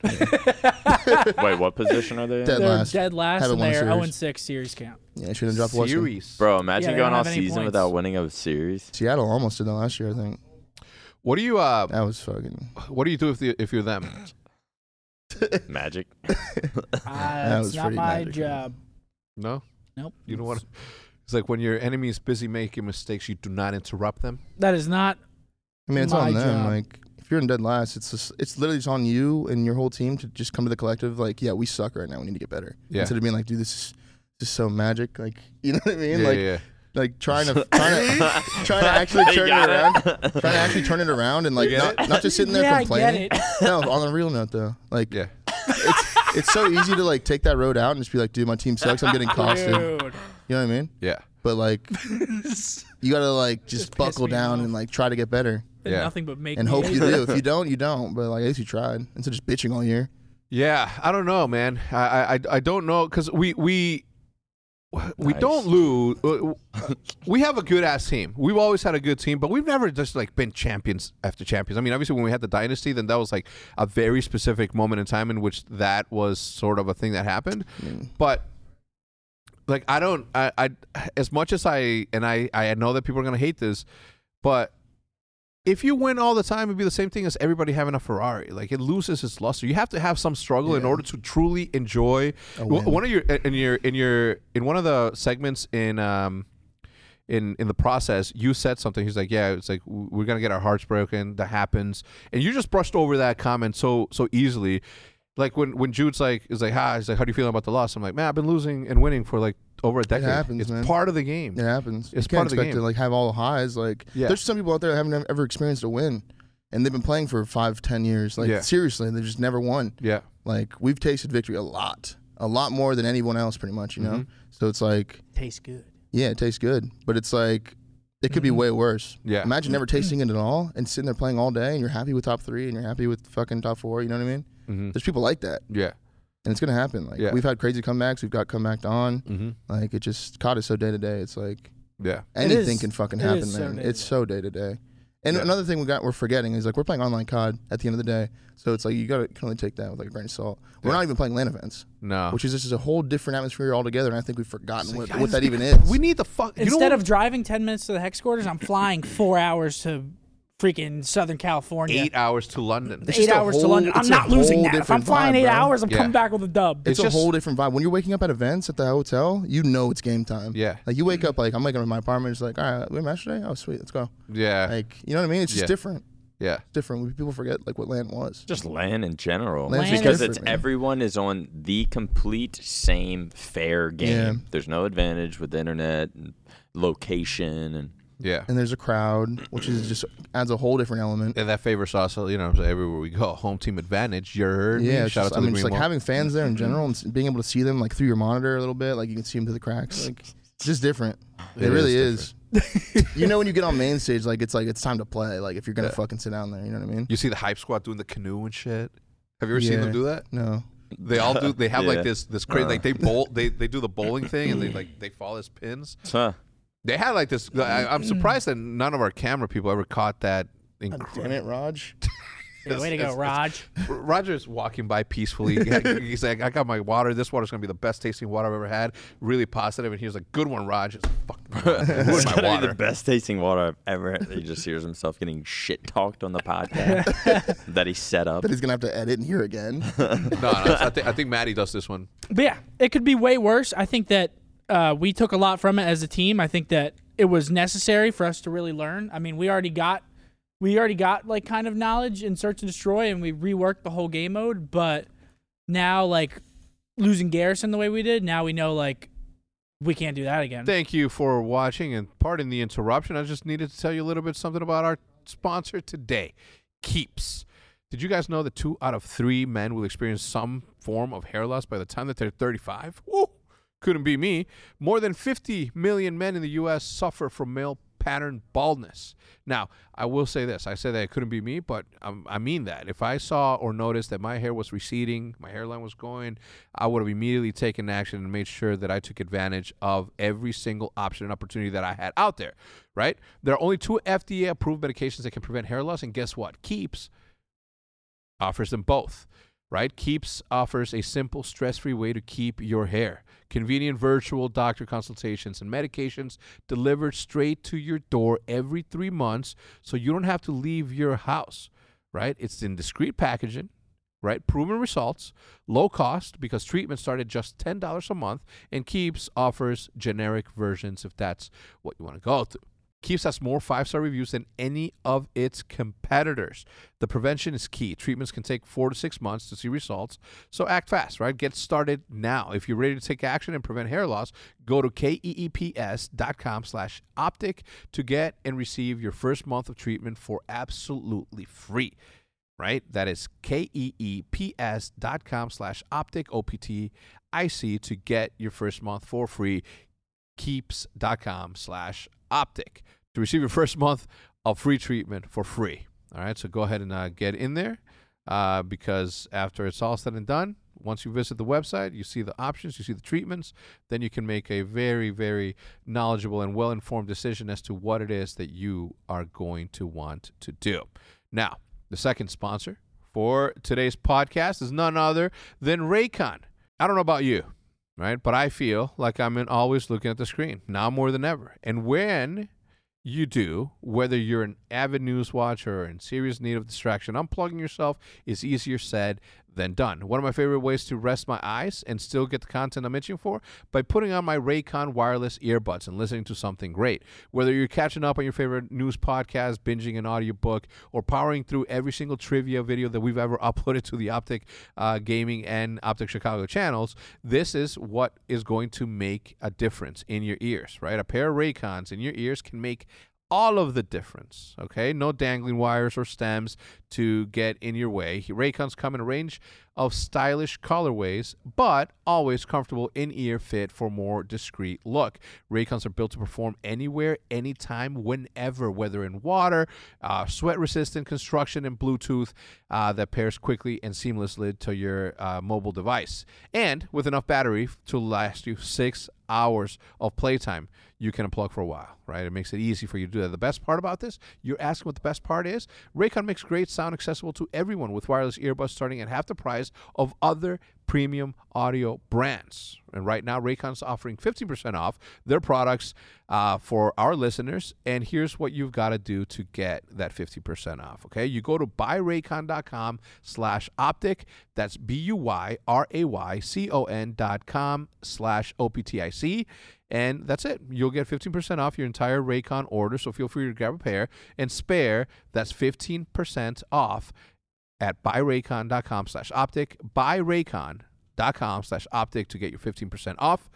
S4: wait. What position are they? in?
S1: Dead
S3: They're
S1: last.
S3: dead last
S1: Haven't
S3: in
S1: won a
S3: their
S1: series.
S3: 0 6 series count.
S1: Yeah, should have dropped Washington.
S2: Series.
S4: Bro,
S3: Yeah,
S4: imagine
S3: they
S4: going
S3: don't
S4: all
S3: have any
S4: season
S3: points.
S4: without winning a series.
S1: Seattle almost did that last year, I think.
S2: What do you uh?
S1: That was fucking.
S2: What do you do if the, if you're them?
S4: Magic.
S3: Uh, it's
S1: was
S3: not
S1: pretty
S3: my
S1: magical.
S3: job.
S2: No,
S3: Nope.
S2: you don't want. to It's like when your enemy is busy making mistakes, you do not interrupt them.
S3: That is not.
S1: I mean, it's
S3: My
S1: on them.
S3: job.
S1: Like, if you're in dead last, it's just, it's literally just on you and your whole team to just come to the collective. Like, yeah, we suck right now. We need to get better.
S2: Yeah.
S1: Instead of being like, dude, this is this is so magic. Like, you know what I mean?
S2: yeah,
S1: like,
S2: yeah, yeah.
S1: like trying to trying to, trying to actually turn it
S4: got it.
S1: around, trying to actually turn it around, and like
S2: get
S1: not, not just sitting there
S3: Yeah, I get
S1: complaining.
S3: it.
S1: No, on a real note though, like
S2: Yeah.
S1: it's it's so easy to like take that road out and just be like, dude, my team sucks. I'm getting costed. You
S3: Dude.
S1: know what I mean?
S2: Yeah.
S1: But like, you gotta like just,
S3: pissed
S1: buckle
S3: me
S1: down
S3: off.
S1: and like try to get better
S3: Been
S2: Yeah.
S3: Nothing but make
S1: and
S3: me
S1: hope you
S3: angry.
S1: do. If you don't, you don't. But like, at least you tried instead of just bitching all year.
S2: Yeah, I don't know, man. I I, I- I don't know because we we we
S4: Nice.
S2: don't lose. uh, We have a good ass team. We've always had a good team, but we've never just like been champions after champions. I mean, obviously when we had the dynasty, then that was like a very specific moment in time in which that was sort of a thing that happened. But like I don't I, I as much as I and I I know that people are gonna hate this, but if you win all the time, it'd be the same thing as everybody having a Ferrari. Like it loses its luster. You have to have some struggle in
S1: Yeah.
S2: order to truly enjoy. W-
S1: win.
S2: one of your in your in your in one of the segments in um in in the process, you said something. He's like, "Yeah, it's like w- we're gonna get our hearts broken. That happens." And you just brushed over that comment so so easily. Like when when Jude's like is like, "Ha," he's like, "How do you feel about the loss?" I'm like, "Man, I've been losing and winning for like over a decade.
S1: happens,
S2: it's
S1: man.
S2: part of the game."
S1: It happens.
S2: It's
S1: you can't
S2: part of the
S1: expect
S2: game.
S1: to like have all the highs. Like
S2: Yeah.
S1: there's some people out there that haven't ev- ever experienced a win, and they've been playing for five, ten years. Like
S2: Yeah.
S1: seriously, they just never won.
S2: Yeah.
S1: Like we've tasted victory a lot, a lot more than anyone else, pretty much. You know.
S2: Mm-hmm.
S1: So it's like,
S3: Tastes good.
S1: yeah, it tastes good, but it's like it could be way worse.
S2: Mm-hmm. Yeah.
S1: Imagine never tasting it at all and sitting there playing all day, and you're happy with top three, and you're happy with fucking top four. You know what I mean?
S2: Mhm.
S1: There's people like that,
S2: Yeah.
S1: and it's gonna happen. Like
S2: Yeah.
S1: we've had crazy comebacks, we've got comebacked on.
S2: Mm-hmm.
S1: Like it just caught us so day to day. It's like
S2: Yeah.
S3: It
S1: anything
S3: is-
S1: can fucking
S3: it
S1: happen,
S3: is so
S1: man.
S3: day-to-day.
S1: it's so day to day. And
S2: Yeah.
S1: another thing we got we're forgetting is like we're playing online COD at the end of the day, so it's like you gotta you can only take that with like a grain of salt. We're
S2: Yeah. Oh.
S1: not even playing LAN events,
S2: No.
S1: which is this is a whole different atmosphere altogether, and I think we've forgotten what,
S2: Yeah,
S1: what
S2: it's
S1: that even
S2: because
S1: is.
S2: We need the fuck. you know
S3: Instead
S2: what-
S3: of driving 10 minutes to the hex quarters, I'm flying four hours to freaking Southern California.
S2: eight hours to London.
S1: It's
S3: Eight
S1: just a
S3: hours to
S1: whole-
S3: London. I'm
S1: it's a
S3: not losing
S1: whole
S3: that. If I'm
S1: different
S3: flying
S1: vibe,
S3: eight
S1: bro.
S3: hours, I'm
S2: Yeah.
S3: coming back with a dub.
S1: it's,
S2: it's
S1: a
S2: just-
S1: whole different vibe. When you're waking up at events at the hotel, you know it's game time.
S2: Yeah.
S1: Like you wake up like I'm waking up in my apartment, it's like, all right, we have a match today? Oh sweet, let's go.
S2: Yeah.
S1: Like you know what I mean? It's just
S2: Mm-hmm. Yeah.
S1: different.
S2: yeah.
S1: Different. We- People forget like what LAN was.
S4: Just land in general.
S1: LAN's
S3: just
S4: because
S1: different,
S4: it's
S1: man.
S4: everyone is on the complete same fair game.
S1: Yeah.
S4: There's no advantage with the internet and location and
S2: Yeah.
S1: and there's a crowd, which is just adds a whole different element.
S2: And that favors us, you know, everywhere we go. Home team advantage. You heard me?
S1: Yeah, it's
S2: Shout
S1: just-
S2: out to
S1: I
S2: the
S1: mean,
S2: Green
S1: just like
S2: Wall. Mm-hmm.
S1: having fans there in general and s- being able to see them like through your monitor a little bit, like you can see them through the cracks. Like, it's just different. It,
S2: It
S1: really
S2: is
S1: is. you know, when you get on main stage, like it's like it's time to play. Like if you're gonna fucking sit down there, you know what I mean?
S2: You see the hype squad doing the canoe and shit. Have you ever seen
S1: Yeah.
S2: them do that?
S1: No,
S2: They all do. They have like
S4: Yeah.
S2: this this crazy like they bowl they they do the bowling thing and they like they fall as pins.
S4: huh.
S2: They had like this. I, I'm surprised that none of our camera people ever caught that.
S1: damn
S2: Incredible.
S1: it, Raj.
S3: Yeah, way to
S2: it's-
S3: go,
S2: it's-
S3: Raj.
S2: Roger's walking by peacefully. He's like, "I got my water. This water's gonna be the best tasting water I've ever had. Really positive." And he was like, "Good one, Roger." Fuck, ruined
S4: It's
S2: my
S4: gotta be the
S2: water.
S4: best tasting water I've ever had. He just hears himself getting shit talked on the podcast that he set up.
S1: That he's gonna have to edit and hear again.
S2: No, no I, think I think Maddie does this one.
S3: But yeah, it could be way worse. I think that uh, we took a lot from it as a team. I think that it was necessary for us to really learn. I mean, we already got we already got like kind of knowledge in search and destroy, and we reworked the whole game mode. But now, like losing Garrison the way we did, now we know like we can't do that again.
S2: Thank you for watching and pardon the interruption. I just needed to tell you a little bit something about our sponsor today, Keeps. Did you guys know that two out of three men will experience some form of hair loss by the time that they're 35? Woo! Couldn't be me. More than 50 million men in the U.S. suffer from male pattern baldness. Now, I will say this. I said that it couldn't be me, but um, I mean that. If I saw or noticed that my hair was receding, my hairline was going, I would have immediately taken action and made sure that I took advantage of every single option and opportunity that I had out there, right? There are only two FDA approved medications that can prevent hair loss, and guess what? Keeps offers them both, right? Keeps offers a simple, stress free way to keep your hair. Convenient virtual doctor consultations and medications delivered straight to your door every three months so you don't have to leave your house, right? It's in discreet packaging, right? Proven results, low cost because treatments start at just $10 a month, and Keeps offers generic versions if that's what you want to go to. keeps us more five star reviews than any of its competitors. The prevention is key. Treatments can take four to six months to see results, so act fast, right? Get started now. If you're ready to take action and prevent hair loss, go to E keeps.com slash optic to get and receive your first month of treatment for absolutely free right? That is E K-E-E-P-S dot com slash optic, O-P-T-I-C, to get your first month for free, keeps dot com slash optic, to receive your first month of free treatment for free. All right, so go ahead and uh, get in there uh, because after it's all said and done, once you visit the website, you see the options, you see the treatments, then you can make a very, very knowledgeable and well informed decision as to what it is that you are going to want to do. Now, the second sponsor for today's podcast is none other than Raycon. I don't know about you, right? But I feel like I'm in- always looking at the screen now more than ever. And when you do, whether you're an avid news watcher or in serious need of distraction, unplugging yourself is easier said than done. One of my favorite ways to rest my eyes and still get the content I'm itching for by putting on my Raycon wireless earbuds and listening to something great. Whether you're catching up on your favorite news podcast, binging an audiobook, or powering through every single trivia video that we've ever uploaded to the Optic uh, Gaming and Optic Chicago channels, this is what is going to make a difference in your ears, right? A pair of Raycons in your ears can make all of the difference. Okay, no dangling wires or stems to get in your way. Raycons come in a range of stylish colorways, but always comfortable in-ear fit for more discreet look. Raycons are built to perform anywhere, anytime, whenever, whether in water, uh, sweat-resistant construction, and Bluetooth uh, that pairs quickly and seamlessly to your uh, mobile device, and with enough battery to last you six hours of playtime you can unplug for a while, right? It makes it easy for you to do that. The best part about this, you're asking what the best part is. Raycon makes great sound accessible to everyone with wireless earbuds starting at half the price of other premium audio brands. And right now, Raycon's offering 15% off their products uh, for our listeners. And here's what you've got to do to get that 50% off, okay? You go to buyraycon.com slash optic. That's B-U-Y-R-A-Y-C-O-N dot com slash O-P-T-I-C. And that's it. You'll get 15% off your entire Raycon order. So feel free to grab a pair and spare. That's 15% off at buyraycon.com slash optic, buyraycon.com slash optic to get your 15% off.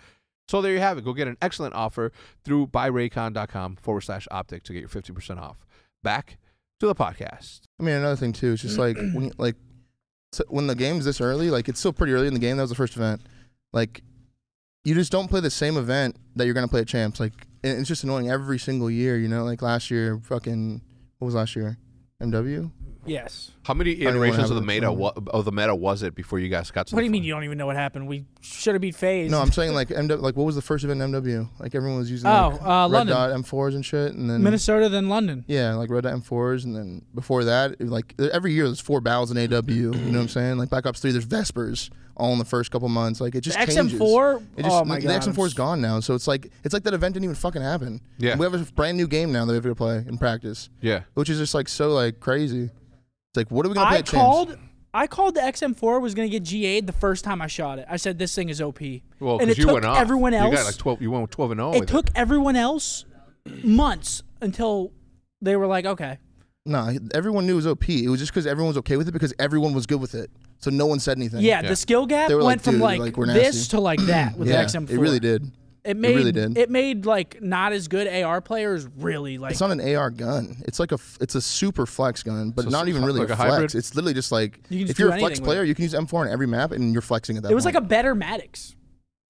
S2: So there you have it. Go get an excellent offer through buyraycon.com forward slash optic to get your 15% off. Back to the podcast.
S1: I mean, another thing too is just like when you- like so when the game's this early, like it's still pretty early in the game. That was the first event. Like you just don't play the same event that you're gonna play at champs. Like and it's just annoying every single year. You know, like last year, fucking what was last year? MW.
S3: Yes.
S2: How many
S1: don't wanna
S2: iterations of
S1: have
S2: the
S1: it.
S2: meta wa- of the meta was it before you guys got to
S3: What
S2: the
S3: do you mean
S2: final?
S3: you don't even know what happened? We should have beat Phase.
S1: No, I'm saying like MW. Like what was the first event in MW? Like everyone was using
S3: Oh,
S1: like,
S3: uh,
S1: red
S3: London.
S1: dot M4s and shit, and then
S3: Minnesota then London.
S1: Yeah, like Red Dot M4s, and then before that, it- like there- every year there's four battles in AW. You know what I'm saying? Like Black Ops Three, there's Vespers all in the first couple months. Like it just
S3: The
S1: changes.
S3: XM4?
S1: It just,
S3: Oh my
S1: the,
S3: God,
S1: The XM4 is
S3: I'm s-
S1: gone now, so it's like it's like that event didn't even fucking happen.
S2: Yeah.
S1: we have a brand new game now that we have to play and practice,
S2: Yeah.
S1: which is just like so like crazy. It's like what are we gonna play?
S3: I
S1: at champs?
S3: called. I called the XM4 was gonna get GA'd the first time I shot it. I said this thing is OP.
S2: Well,
S3: and it
S2: because you
S3: took
S2: went off.
S3: everyone else.
S2: You got like 12. You went 12 and oh, 0.
S3: it
S2: with
S3: took everyone else months until they were like, okay,
S1: Nah, everyone knew it was OP. It was just because everyone was okay with it because everyone was good with it, so no one said anything.
S3: yeah,
S2: Yeah.
S3: the skill gap
S1: They were
S3: went
S1: like,
S3: from
S1: "Dude,
S3: like,
S1: like, we're
S3: this
S1: nasty."
S3: to like that with
S1: yeah,
S3: the XM4.
S1: it really did.
S3: It made it,
S1: really did.
S3: made like not as good AR players really like.
S1: It's not an AR gun. It's like a f- it's a super flex gun, but
S2: So
S1: not
S2: it's
S1: even
S2: like
S1: really
S2: a
S1: a, flex.
S2: hybrid?
S1: It's literally just like
S3: You can just
S1: if you're
S3: do
S1: a flex
S3: anything with
S1: player, you can use M4 on every map, and you're flexing at that.
S3: it was
S1: point.
S3: like a better Maddox,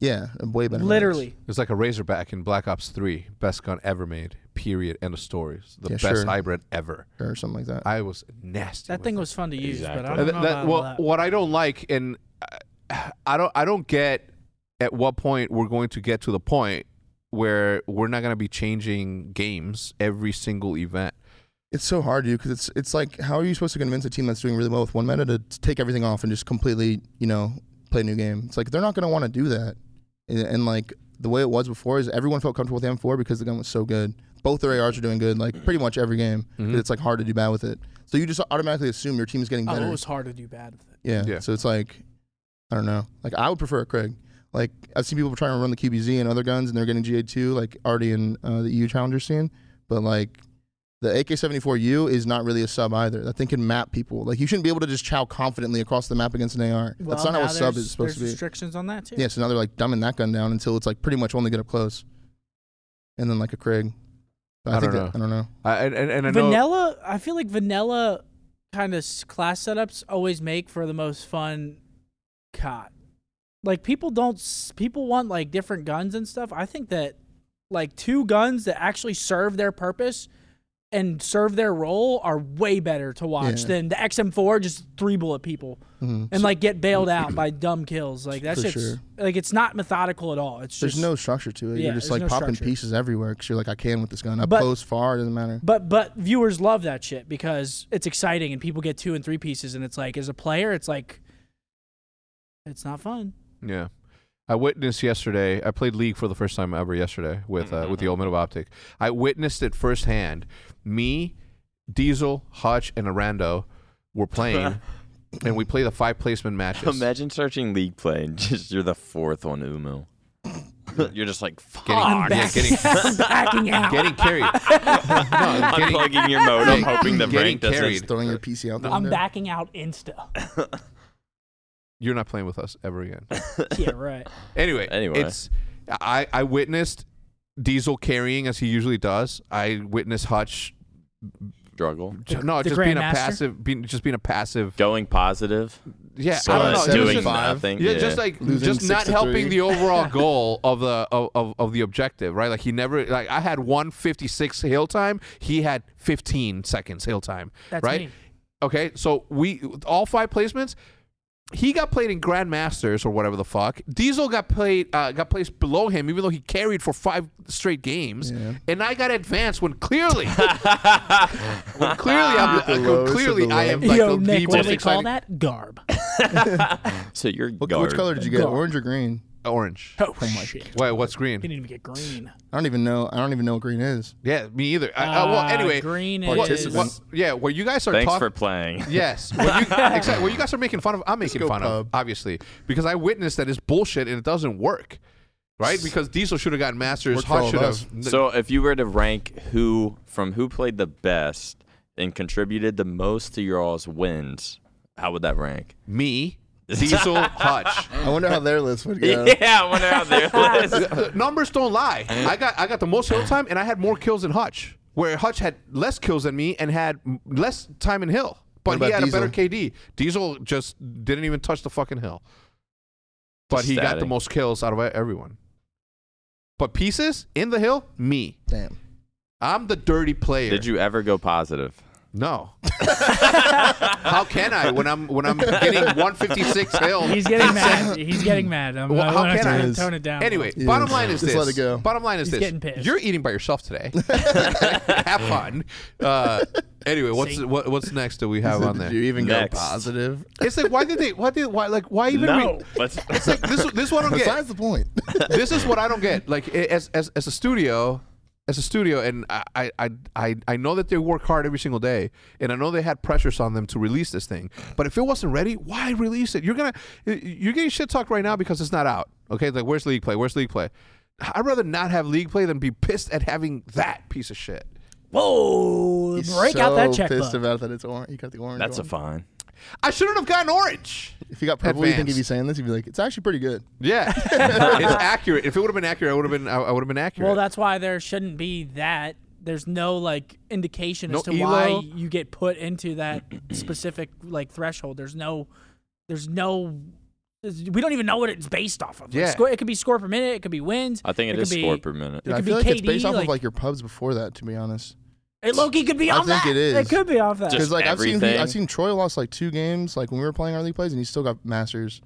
S1: yeah, a way better.
S3: literally.
S2: It's like a Razorback in Black Ops 3. Best gun ever made. Period. End of stories. The
S1: Yeah,
S2: best
S1: sure.
S2: hybrid ever.
S1: map or something like that.
S2: I was nasty.
S3: That
S2: with
S3: thing
S2: it.
S3: was fun to use,
S4: Exactly.
S3: but I
S2: Uh,
S3: don't
S2: th-
S3: know
S2: that-
S3: about
S2: well,
S3: all that.
S2: what I don't like, and uh, I don't, I don't get at what point we're going to get to the point where we're not going to be changing games every single event.
S1: it's so hard, dude, because it's it's like how are you supposed to convince a team that's doing really well with one meta to t- take everything off and just completely you know play a new game? It's like they're not gonna want to do that. And, and, like the way it was before is everyone felt comfortable with the M4 because the gun was so good. Both their ARs are doing good, like pretty much every game. 'cause
S3: Mm-hmm.
S4: Mm-hmm.
S1: It's like hard to do bad with it, so you just automatically assume your team is getting
S3: Oh,
S1: better.
S3: it was hard to do bad with it.
S1: Yeah.
S2: Yeah.
S1: So it's like, I don't know. Like I would prefer a Craig. Like I've seen people trying to run the QBZ and other guns, and they're getting GA two, like already in uh, the EU Challenger E scene. But like the AK-74U is not really a sub either. That thing can map people. Like you shouldn't be able to just chow confidently across the map against an AR. That's not how
S3: now
S1: a sub
S3: there's-
S1: is supposed to
S3: There's
S1: be.
S3: restrictions on that too.
S1: Yeah, so now they're like dumbing that gun down until it's like pretty much only get up close, and then like a Craig. But
S2: I
S1: think
S2: don't
S1: that-
S2: know.
S1: I don't know.
S2: I, and, and, and I know
S3: vanilla. I feel like vanilla kind of class setups always make for the most fun cot. Like people don't s- people want like different guns and stuff. I think that like two guns that actually serve their purpose and serve their role are way better to watch
S1: Yeah.
S3: than the XM4 just three bullet people
S1: Mhm.
S3: and like get bailed out by dumb kills. Like that's
S1: For
S3: just
S1: sure.
S3: like it's not methodical at all. It's
S1: There's
S3: just
S1: no structure to it.
S3: Yeah,
S1: you're just
S3: there's
S1: like
S3: no
S1: popping
S3: structure.
S1: pieces everywhere because you're like, I can with this gun. Up
S3: But-
S1: close, far, it doesn't matter.
S3: But but viewers love that shit because it's exciting and people get two and three pieces and it's like as a player it's like it's not fun.
S2: Yeah. I witnessed yesterday. I played League for the first time ever yesterday with uh, with the old
S4: Mm-hmm.
S2: middle optic. I witnessed it firsthand. Me, Diesel, Hutch, and Arando were playing, and we play the five placement matches.
S4: Imagine searching league play and just you're the fourth on Umo. you're just like fuck.
S2: Getting- yeah, getting
S3: I'm backing out.
S2: getting carried. no, getting,
S4: Unplugging your modem,
S2: Getting-
S4: hoping the
S2: getting
S4: rank doesn't.
S2: carried.
S1: Just throwing your PC out the
S3: I'm
S1: window.
S3: backing out insta.
S2: you're not playing with us ever again.
S3: Yeah, right.
S2: Anyway,
S4: Anyway.
S2: it's I I witnessed Diesel carrying as he usually does. I witnessed Hutch.
S4: Struggle.
S3: The-
S2: no,
S3: the
S2: just being a
S3: Grandmaster?
S2: passive, being just being a passive.
S4: Going positive.
S2: Yeah, I
S4: Scott
S2: don't know.
S1: Scuds
S2: It was
S4: doing
S2: just-
S1: five.
S4: nothing.
S2: Yeah, just like
S1: Losing
S2: just
S1: six
S2: not
S1: to
S2: helping
S1: three.
S2: the overall goal of the of, of, of the objective, right? Like he never like I had 156 hill time, he had 15 seconds hill time,
S3: That's
S2: right?
S3: me.
S2: Okay, so we all five placements. He got played in grandmasters or whatever the fuck. Diesel got played uh, got placed below him, even though he carried for five straight games,
S1: Yeah.
S2: and I got advanced when clearly, when clearly I'm,
S1: the lowest of
S2: clearly
S1: the
S2: I am
S1: low.
S2: like
S3: Yo,
S2: the,
S3: Nick,
S2: the
S3: what
S2: most
S3: do they call
S2: exciting
S3: that? Garb. Oh,
S4: So you're
S1: What,
S4: guard.
S1: which color did you get?
S3: Guard.
S1: Orange or green?
S2: orange.
S3: Oh, shit.
S2: Wait, what's green?
S3: You didn't even get green.
S1: I don't even know. I don't even know what green is.
S2: Yeah, me either. I, I, well,
S3: Uh,
S2: anyway,
S3: green
S2: what-
S1: is-
S2: what- yeah, where you guys are
S4: Thanks
S2: talking.
S4: for playing.
S2: yes, where you, exactly, where you guys are making fun of. I'm making
S1: go
S2: fun of,
S1: pub.
S2: obviously, because I witnessed that it's bullshit and it doesn't work, right? Because Diesel should have gotten masters.
S1: Worked for
S2: Hart
S1: all of
S2: should
S1: us.
S2: have.
S4: So if you were to rank who from who played the best and contributed the most to your all's wins, how would that rank?
S2: me, Diesel, Hutch.
S1: I wonder how their list would go.
S4: I wonder how their list.
S2: The numbers don't lie. I got I got the most hill time and I had more kills than Hutch. Where Hutch had less kills than me and had m- less time in hill, but he
S1: about
S2: had a better
S1: Diesel?
S2: KD. Diesel just didn't even touch the fucking hill. But
S4: Just
S2: he got the
S4: static.
S2: most kills out of everyone. But pieces in the hill, me.
S1: Damn.
S2: I'm the dirty player.
S4: Did you ever go positive?
S2: No. How can I when I'm when I'm getting 156 hill?
S3: He's getting mad. He's getting mad. I'm,
S2: Well,
S3: I
S2: how
S3: wanna
S2: can I-
S3: tone, tone it down.
S2: Anyway,
S1: Yeah.
S2: bottom line is
S1: Just
S2: this.
S1: let it go.
S2: Bottom line is
S3: He's
S2: this.
S3: getting pissed.
S2: You're eating by yourself today. have fun. Uh, anyway, what's
S3: See?
S2: what, what's next that we have
S1: So
S2: on
S1: did
S2: there?
S1: you even
S4: Next.
S1: go positive?
S2: It's like why did they? Why did why like why even? re-
S4: Let's,
S2: it's like this. This is what I don't get.
S1: Besides the point.
S2: This is what I don't get. Like a- as as as a studio. As a studio, and I- I, I, I, I know that they work hard every single day, and I know they had pressures on them to release this thing. But if it wasn't ready, why release it? You're gonna, you're getting shit talked right now because it's not out. Okay, like where's league play? Where's league play? I'd rather not have league play than be pissed at having that piece of shit.
S3: whoa,
S1: He's
S3: break out that
S1: so pissed
S3: checkbook.
S1: about that it's orange. You got the orange.
S4: that's a
S1: one.
S4: fine.
S2: I shouldn't have gotten orange.
S1: If you got purple, you think
S2: advance.
S1: he'd be saying this? He'd be like, "It's actually pretty good."
S2: Yeah, it's accurate. If it would have been accurate, I would have been, I, I would have been accurate.
S3: Well, that's why there shouldn't be that. There's no like indication
S2: No
S3: as to why
S2: elo?
S3: you get put into that specific like threshold. There's no, there's no, there's, we don't even know what it's based off of. Like,
S2: Yeah.
S3: score, it could be score per minute. It could be wins.
S4: I think
S3: it
S4: it
S3: could
S4: is
S3: be,
S4: score per minute.
S3: It
S1: I
S3: could
S1: feel
S3: be
S1: like it's
S3: KD,
S1: based off
S3: like-
S1: of like your pubs before that. To be honest,
S3: It Loki could be
S1: I
S3: on
S1: think
S3: that.
S1: it is.
S3: It could be off that.
S4: Just-
S1: because like I've seen
S4: everything.
S1: I've seen Troy lost like two games like when we were playing our league plays, and he still got masters.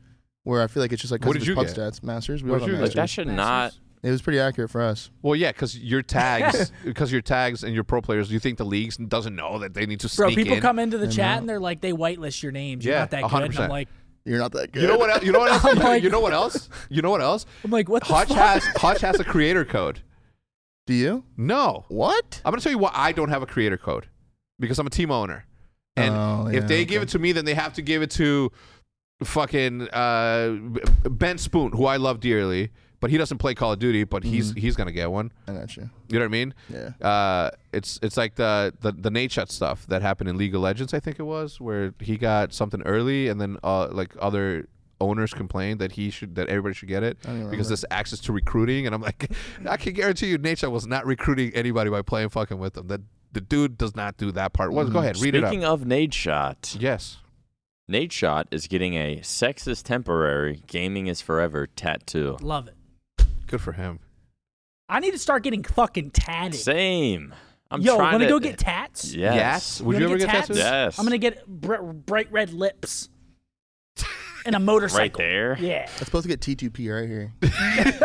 S1: Where I feel like it's just like 'cause
S2: What
S1: of his
S2: did you
S1: pub
S2: get?
S1: stats masters. We
S2: What
S1: all
S2: did
S1: got
S2: you get?
S4: Like
S1: masters.
S4: that should not.
S1: it was pretty accurate for us.
S2: Well, yeah, because your tags, because your tags and your pro players, you think the leagues doesn't know that they need to
S3: Bro,
S2: sneak
S3: people
S2: in.
S3: come into the
S1: They're
S3: chat
S1: not.
S3: and they're like, they whitelist your names. You're
S2: Yeah,
S3: not that good. And
S2: 100%.
S3: I'm like,
S1: You're not that good.
S2: you know what? Else, you know what else?
S3: like-
S2: you know what else? You know what else?
S3: Oh I'm like, what the
S2: Hutch
S3: fuck?
S2: has Hutch has a creator code.
S1: Do you?
S2: No,
S1: What?
S2: I'm gonna tell you why I don't have a creator code because I'm a team owner, and
S1: Oh,
S2: if
S1: yeah,
S2: they give
S1: okay.
S2: it to me, then they have to give it to fucking uh, B- Ben Spoon, who I love dearly. But he doesn't play Call of Duty, but he's
S3: Mm-hmm.
S2: he's gonna get one.
S1: I got you.
S2: You know what I mean?
S1: Yeah.
S2: Uh, it's it's like the the the Nate Shut stuff that happened in League of Legends, I think it was, where he got something early, and then uh, like other owners complained that he should that everybody should get it
S1: don't
S2: because there's access to recruiting, and I'm like, I can guarantee you, Nate Shut was not recruiting anybody by playing fucking with them. That the dude does not do that part. Well, go ahead, read
S4: Speaking
S2: it up.
S4: of Nade Shot,
S2: yes.
S4: Nade Shot is getting a sex is temporary, gaming is forever tattoo.
S3: Love it.
S2: Good for him.
S3: I need to start getting fucking tatted.
S4: Same. I'm
S3: Yo,
S4: trying
S3: wanna
S4: to
S3: go get tats?
S4: Yes.
S2: Would you,
S3: wanna
S2: ever get
S3: tats?
S2: tattoos?
S4: Yeah. Yes.
S3: I'm gonna get br- bright red lips and a
S4: Right
S3: motorcycle.
S4: there.
S3: Yeah.
S1: I'm supposed to get T2P right here.
S2: Yes.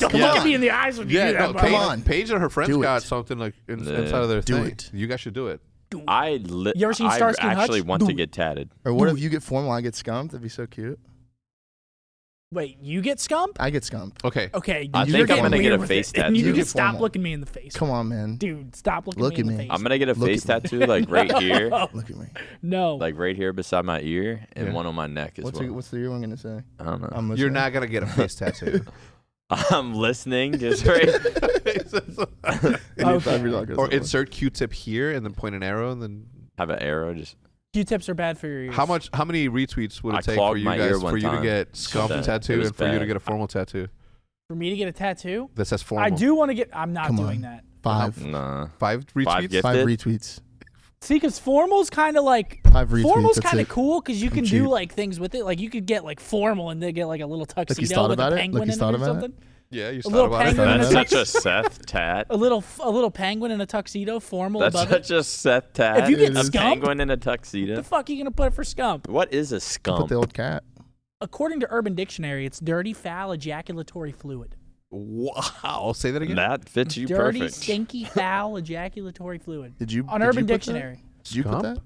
S3: Don't
S1: Yeah.
S3: look at me in the eyes when you
S2: Yeah,
S3: do
S2: no, Paige,
S3: that.
S1: Come
S3: bro.
S1: on.
S2: Paige and her friends
S1: Do
S2: got
S1: it.
S2: something like in,
S4: Yeah.
S2: inside of their
S1: Do
S2: thing.
S1: it.
S2: You guys should do it.
S4: I li-
S3: You ever seen
S4: I
S3: Starsky and
S4: actually
S3: Hutch?
S4: want to get tatted.
S1: Or what if you get formal? I get scumped. That'd be so cute.
S3: Wait, you get scump?
S1: I get scumped.
S2: Okay.
S3: Okay.
S4: I
S3: you're
S1: think I'm
S3: getting
S1: gonna
S4: get
S3: weird
S4: a
S3: with
S4: face
S3: it. And
S1: tattoo.
S3: You
S1: Get
S3: can stop
S1: formal.
S3: looking me in the face,
S1: Come on, man.
S3: dude. Stop looking
S1: Look
S3: me
S1: at
S3: in the
S1: me.
S3: face. Oh,
S4: I'm gonna get a
S1: Look
S4: face
S1: at me.
S4: tattoo like right here,
S1: Look at me.
S3: no.
S4: like right here beside my ear, and
S2: Yeah.
S4: one on my neck as
S1: What's,
S4: well.
S1: the, what's the real one gonna say?
S4: I don't know.
S1: I'm listening.
S2: You're not gonna get a face tattoo.
S4: I'm listening. Just right.
S1: And your
S3: Okay.
S1: five years old goes
S2: or
S1: like,
S2: insert Q-tip here and then point an arrow and then.
S4: Have an arrow. Just
S3: Q-tips are bad for your ears.
S2: How much? How many retweets would it
S4: I
S2: take for
S4: clogged
S2: you
S4: my ear
S2: guys
S4: one
S2: for you to
S4: time.
S2: get
S4: So
S2: scum
S4: bad. It
S2: tattoo
S4: was
S2: and for you to
S4: bad.
S2: get a formal tattoo
S3: for me to get a tattoo?
S2: that says formal?
S3: I do want to get. I'm not
S1: Come
S3: doing
S1: on.
S3: that.
S1: Five.
S4: nah.
S2: five retweets.
S4: gifts.
S1: Five
S4: Gifted?
S1: retweets.
S3: See, because formal's kind of like
S1: Five retweets.
S3: formal's
S1: that's
S3: kind of
S1: it.
S3: cool because you can
S1: cheap.
S3: do like things with it. Like you could get like formal and then get like a little tuxedo
S1: thought
S3: with
S1: about
S3: a
S1: it?
S3: penguin
S1: Like he's
S3: in
S1: thought
S3: it or
S1: about it?
S3: something.
S2: Yeah, you
S3: A
S2: thought
S3: little
S2: about it.
S3: penguin and
S4: That's
S3: a
S4: such a
S3: tux-
S4: Seth tat.
S3: a little f- a little penguin in a tuxedo, formal
S4: That's
S3: above it.
S4: such a Seth tat.
S3: If you get
S4: a
S3: skunked-
S4: penguin in a
S3: The
S4: tuxedo.
S3: fuck are you gonna put it for scump?
S4: What is a
S1: Put
S4: scump?
S1: the old cat.
S3: According to Urban Dictionary, it's dirty, foul, ejaculatory fluid.
S2: Wow. Say that again.
S4: That fits you
S3: dirty,
S4: perfect.
S3: stinky, foul, ejaculatory fluid.
S1: Did you?
S3: On
S1: did you
S3: Urban
S1: put that?
S3: Dictionary.
S1: Did you put
S2: Scump?
S1: that?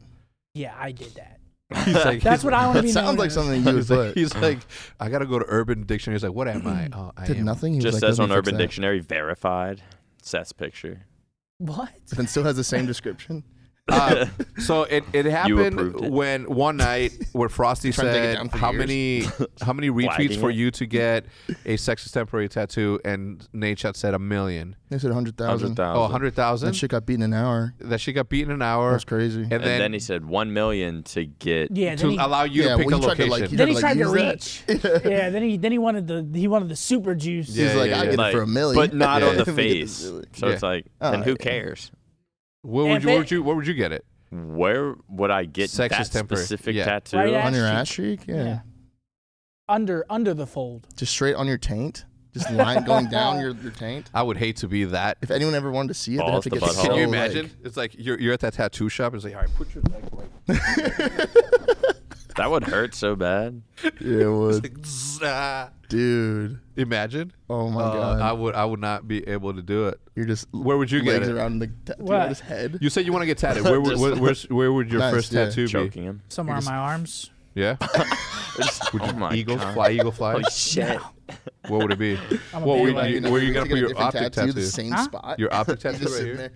S3: Yeah, I did that.
S2: He's like,
S3: That's what I want to
S1: That
S3: be known
S1: sounds like
S3: as.
S1: something you would
S2: He's like,
S1: put.
S2: he's like, I gotta go to Urban Dictionary. He's like, what am I? Oh, I
S1: did
S2: am.
S1: nothing. He was
S4: Just
S1: like,
S4: says
S1: let
S4: on
S1: me fix
S4: Urban
S1: that.
S4: Dictionary, verified. Seth's picture.
S3: What?
S1: But then still has the same description.
S2: Uh, so it, it happened
S4: approved it.
S2: when one night where Frosty
S1: Trying to take it
S2: said
S1: down for
S2: how
S1: years."
S2: many how many retweets
S4: Flagging
S2: for
S4: it.
S2: you to get a sexist temporary tattoo and Nate Chat said a million.
S1: They said hundred thousand.
S4: 100,000.
S2: Oh, a hundred
S1: That
S2: thousand.
S1: shit got beat in an hour.
S2: That she got beat in an hour,
S1: That's crazy.
S2: and
S4: And then,
S2: then,
S4: he said 1 million to get.
S3: Yeah.
S2: to
S3: Then he,
S2: allow you
S1: Yeah,
S2: to pick
S1: well,
S2: a
S1: he tried to,
S2: location.
S1: like, he
S3: then he
S1: like,
S3: tried to
S1: use
S3: reach. yeah. Then he then he wanted the he wanted the super juice.
S2: Yeah,
S1: he's like,
S2: yeah,
S1: I
S2: yeah.
S1: get it
S4: Like,
S1: for a million,
S4: but not on the
S1: Let me get this
S4: face.
S1: million.
S4: So it's
S2: Yeah.
S4: like,
S1: Oh,
S4: then who
S1: yeah.
S4: cares?
S2: where would
S3: If
S2: you, where would
S3: it-
S2: you where would you get it?
S4: Where would I get
S2: Sexist
S4: that
S2: temporary.
S4: specific
S2: Yeah.
S4: tattoo?
S3: Right
S1: on your
S3: cheek.
S1: ass cheek. Yeah.
S3: Yeah. Under under the fold.
S1: just straight on your taint, just line going down your, your taint.
S2: I would hate to be that.
S1: If anyone ever wanted to see it, they'd have
S4: Balls
S1: to
S4: to
S1: get
S4: butthole.
S1: so,
S2: Can you
S1: like-
S2: imagine? It's like you're you're at that tattoo shop. and It's like all right, put your leg right.
S4: That would hurt so bad.
S1: yeah, it would,
S2: Like, zah.
S1: dude.
S2: Imagine.
S1: Oh my
S2: Uh,
S1: god,
S2: I would I would not be able to do it.
S1: you're just
S2: Where would you get
S1: legs
S2: it?
S1: around the tattoo
S3: What?
S1: on his head.
S2: You said you want to get tatted. Where, would
S4: Just
S2: where,
S4: like-
S2: where's- where would your
S1: Nice,
S2: first
S1: yeah.
S2: tattoo
S4: Choking him.
S3: Somewhere on my arms.
S2: be? Yeah.
S4: Would oh my
S2: eagle
S4: God.
S2: fly, eagle fly.
S4: Holy shit.
S2: what would it be?
S3: I'm a
S2: What
S3: big
S2: would
S3: like-
S2: you,
S1: know,
S2: where you
S1: you're
S2: gonna put
S1: taking a
S2: your
S1: different
S2: optic
S1: tattoo,
S2: tattoo?
S1: the same
S3: Huh?
S1: spot.
S2: Your optic
S1: You're
S2: tattoo
S1: just
S2: right
S1: sitting
S2: here.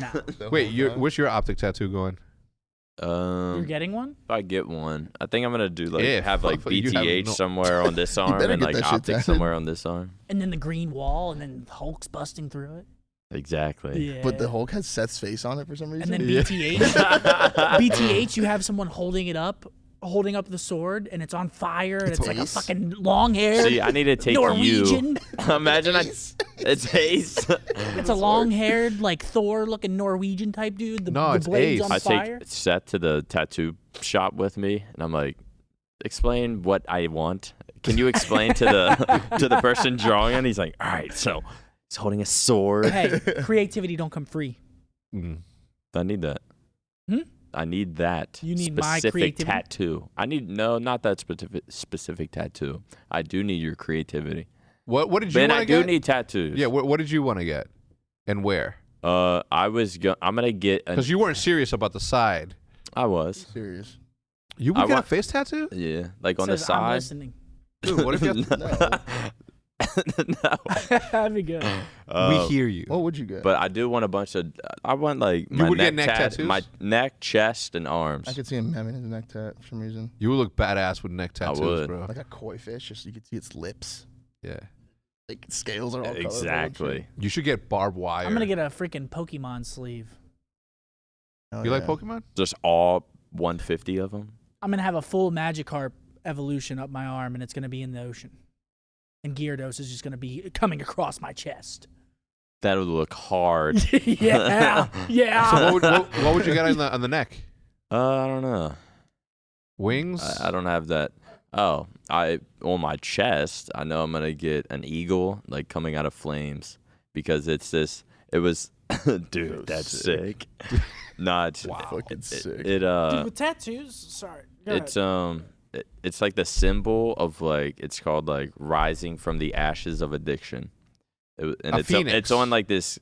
S3: Nah.
S1: there the
S2: Wait,
S1: whole
S2: your,
S1: time.
S2: what's your optic tattoo going?
S4: Um,
S3: You're getting one?
S4: if I get one, I think I'm gonna do like
S2: Yeah,
S4: have like
S2: fuck, you have
S4: BTH
S2: no-
S4: somewhere on this arm
S1: better
S4: and
S1: get
S4: like
S1: that shit
S4: optic
S1: done.
S4: somewhere on this arm.
S3: And then the green wall and then Hulk's busting through it.
S4: Exactly.
S3: Yeah.
S1: But the Hulk has Seth's face on it for some
S3: and
S1: reason.
S3: then
S2: Yeah.
S3: BTH. BTH, you have someone holding it up, holding up the sword, and it's on fire, and it's, like a
S1: Ace.
S3: fucking long hair.
S4: See, I need to take
S3: Norwegian.
S4: you. Imagine I, it's Ace.
S3: It's a long haired, like Thor looking Norwegian type dude. The,
S2: No,
S3: the
S2: it's
S3: blade's
S2: Ace.
S3: on
S4: I
S3: fire.
S4: take Seth to the tattoo shop with me, and I'm like, explain what I want. Can you explain to the to the person drawing? it?" he's like, all right, so he's holding a sword.
S3: hey, creativity don't come free.
S2: Mm.
S4: I need that.
S3: Hmm?
S4: I need that.
S3: You need my
S4: specific
S3: creativity?
S4: tattoo. I need no, not that specific specific tattoo. I do need your creativity.
S2: What what did you
S4: Man,
S2: want
S4: I
S2: to
S4: do
S2: get?
S4: need tattoos.
S2: yeah, what, what did you want to get, and where?
S4: Uh, I was go- I'm gonna get. An-
S2: Because you weren't serious about the side.
S4: I was.
S1: Serious.
S2: You would
S4: I
S2: get
S4: want-
S2: a face tattoo,
S4: Yeah, like
S3: It
S4: on the
S3: says, I'm
S4: side.
S3: listening.
S2: dude. What if you? have-
S4: no.
S3: That'd be good.
S2: we hear you.
S4: oh.
S1: What would you get?
S4: Uh, But I do want a bunch of. I want like my
S2: would
S4: neck,
S2: get neck
S4: tat-
S2: tattoos?
S4: my neck, chest, and arms.
S1: I could see him having his neck tat for some reason,
S2: You would look badass with neck tattoos,
S4: would.
S2: bro.
S1: like a koi fish. Just you could see its lips.
S2: Yeah.
S1: like scales are all colored.
S4: Exactly.
S2: You should get barbed wire.
S3: I'm gonna get a freaking Pokemon sleeve.
S1: Oh,
S2: You like
S1: yeah.
S2: Pokemon?
S4: Just all 150 of them.
S3: I'm gonna have a full Magikarp evolution up my arm, and it's gonna be in the ocean. And Gyarados is just gonna be coming across my chest.
S4: That would look hard.
S3: yeah, yeah.
S2: So what would, what, what would you get on the on the neck?
S4: Uh, I don't know.
S2: Wings.
S4: I, I don't have that. Oh, I on my chest. I know I'm gonna get an eagle like coming out of flames because it's this. It was, dude. That's sick. nah, it's,
S1: Fucking
S4: it,
S1: sick.
S4: it uh,
S3: Dude, with tattoos, sorry. Go
S4: it's um, it, it's like the symbol of like it's called like rising from the ashes of addiction. It, w- and
S2: A
S4: it's, o-
S2: phoenix.
S4: it's on like this.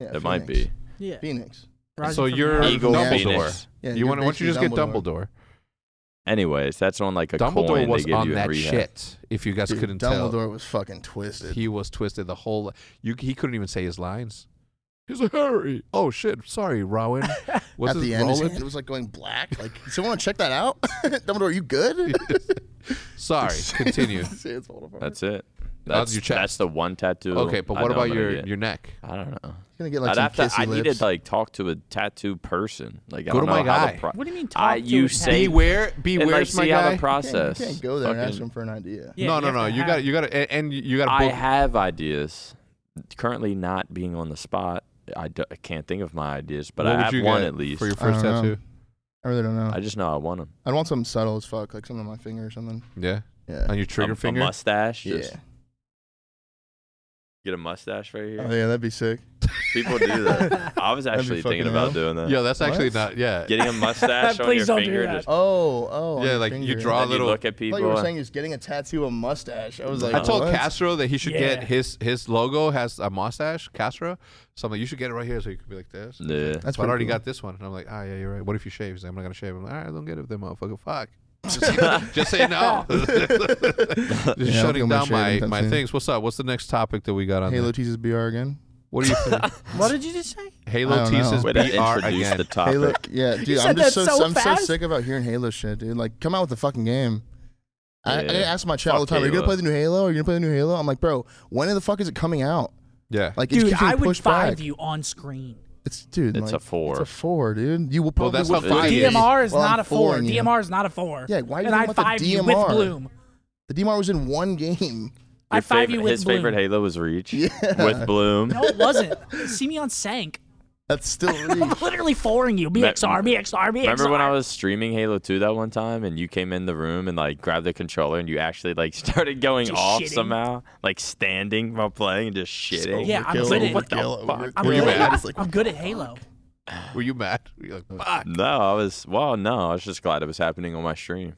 S1: Yeah,
S4: it might
S1: Phoenix.
S4: be
S3: ahead. yeah.
S1: Phoenix.
S3: Rising
S2: so
S3: from the
S2: you're
S3: ashes.
S4: eagle
S1: Yeah.
S2: Dumbledore.
S4: phoenix.
S1: Yeah,
S2: You want? Why don't you just get
S1: basically
S2: Dumbledore?
S4: Anyways, that's on like a
S2: Dumbledore
S4: coin
S2: was
S4: they give
S2: on
S4: you at
S2: that
S4: rehab.
S2: shit. If you guys
S1: Dude,
S2: couldn't
S1: Dumbledore
S2: tell,
S1: was fucking twisted.
S2: he was twisted the whole. You he couldn't even say his lines. He's like Harry. Oh shit! Sorry, Rowan. What's
S1: At
S2: his
S1: the end, his
S2: Roland?
S1: hand was like going black. Like, someone want to check that out? Dumbledore, you good?
S2: Sorry. Continue.
S1: See, it's all over.
S4: That's it.
S2: That's
S4: That's
S2: your chest.
S4: That's the one tattoo.
S2: okay, but
S4: I
S2: what
S4: know I'm
S2: about
S4: gonna
S2: your
S4: get.
S2: your neck?
S4: I don't know.
S1: He's gonna get like
S4: I'd
S1: some
S4: have to.
S1: kissy
S4: I
S1: lips.
S4: needed to like talk to a tattoo person. Like I
S2: Go to
S4: don't
S2: my
S4: know how
S2: guy.
S4: The pro-
S3: What do you mean talk
S4: I
S3: to
S4: you
S3: a
S4: say
S3: tattoo-
S2: where? Be
S4: and like
S2: where's my
S4: see how
S2: guy?
S4: the
S1: You can't,
S4: process.
S1: you can't go there and ask
S4: Fucking-
S1: him for an idea.
S3: Yeah,
S2: no,
S3: you
S2: no,
S3: have
S2: no.
S3: to
S2: You
S3: have-
S2: got you got to and you- you got
S4: I
S2: to book
S4: have ideas. Currently not being on the spot, I, d- I can't think of my ideas, but
S2: What
S4: I
S2: would
S4: have
S2: you
S4: one
S2: get
S4: at least.
S2: for your
S1: I don't
S2: first
S1: know.
S2: tattoo.
S1: I really don't know.
S4: I just know I want them.
S1: I'd want something subtle as fuck, like something on my finger or something.
S2: Yeah,
S1: Yeah.
S2: on your trigger
S4: a,
S2: finger.
S4: a mustache.
S1: yeah.
S4: Just get a mustache right here.
S1: Oh yeah, that'd be sick.
S4: People do that. I was
S1: That'd be
S4: actually
S1: fucking
S4: thinking about
S1: hell.
S4: doing that.
S2: yeah, that's actually
S1: What?
S2: not. Yeah,
S4: Getting a mustache on
S3: Please
S4: your
S3: don't do
S4: finger.
S3: that.
S4: Just
S1: Oh, oh. on
S2: yeah.
S1: your
S2: like you
S1: finger.
S2: draw a
S4: and you
S2: little.
S4: look at
S1: I
S4: people.
S1: thought you were
S4: and-
S1: saying he's getting a tattoo of mustache. I was like,
S2: I told
S1: what?
S2: Castro that he should get
S3: Yeah.
S2: his his logo has a mustache. Castro, so I'm like, you should get it right here so you could be like this.
S4: yeah.
S1: That's
S2: but I
S1: pretty
S2: already
S1: cool.
S2: got this one, and I'm like, ah, yeah, you're right. What if you shave? He's like, I'm not gonna shave. I'm like, all right, don't get it, then motherfucker. Fuck. Just, just say no. just
S1: Yeah, I'll go my
S2: shutting down my,
S1: shaving time
S2: my
S1: soon.
S2: things. What's up? What's the next topic that we got on?
S1: Halo
S2: there?
S1: teases BR again.
S2: What do you think?
S3: What did you just say?
S1: I
S2: Halo
S1: don't know.
S2: teases
S4: Way to
S2: BR
S4: introduce
S2: again.
S4: the topic.
S1: Halo, yeah, dude,
S3: said
S1: I'm just so,
S3: that so
S1: I'm so
S3: fast.
S1: sick about hearing Halo shit, dude. Like, come out with a fucking game. I, I
S4: Yeah.
S1: gotta ask my chat all the
S4: Fuck
S1: time. Are you gonna
S4: Halo.
S1: play the new Halo? Are you gonna play the new Halo? I'm like, bro, when the fuck is it coming out?
S2: yeah.
S1: Like, it
S3: Dude,
S1: keeps getting
S3: I would
S1: pushed
S3: five
S1: back.
S3: you on screen.
S1: It's dude,
S4: It's
S1: like,
S4: a four.
S1: It's a four, dude. You will
S2: Well,
S1: probably
S2: that's
S1: would
S2: what five is.
S3: DMR is
S1: Well, I'm
S3: not a four.
S1: fooling you.
S3: DMR is not a four.
S1: Yeah, why are you
S3: And
S1: talking
S3: I
S1: about the
S3: five you with
S1: DMR?
S3: Bloom.
S1: The DMR was in one game.
S3: I
S4: Your
S3: five
S4: favorite-
S3: you with
S4: his
S3: Bloom.
S4: favorite Halo was Reach with Bloom.
S3: No, it wasn't. Simeon sank.
S1: That's still
S3: I'm
S1: Reach.
S3: literally flooring you. BXR, BXR, BXR.
S4: Remember when I was streaming Halo 2 that one time and you came in the room and like grabbed the controller and you actually like started going
S3: Just
S4: off
S3: shitting.
S4: somehow, like standing while playing and just shitting.
S3: Yeah, I'm
S1: Overkill,
S3: good at-
S1: overkill,
S3: What
S4: the
S1: overkill.
S4: fuck?
S3: I'm
S2: Were you
S3: good,
S2: mad?
S1: It's like,
S3: I'm good at Halo.
S2: Were you mad? Were you
S4: Uh,
S2: like, fuck.
S4: No, I was well, no, I was just glad it was happening on my stream.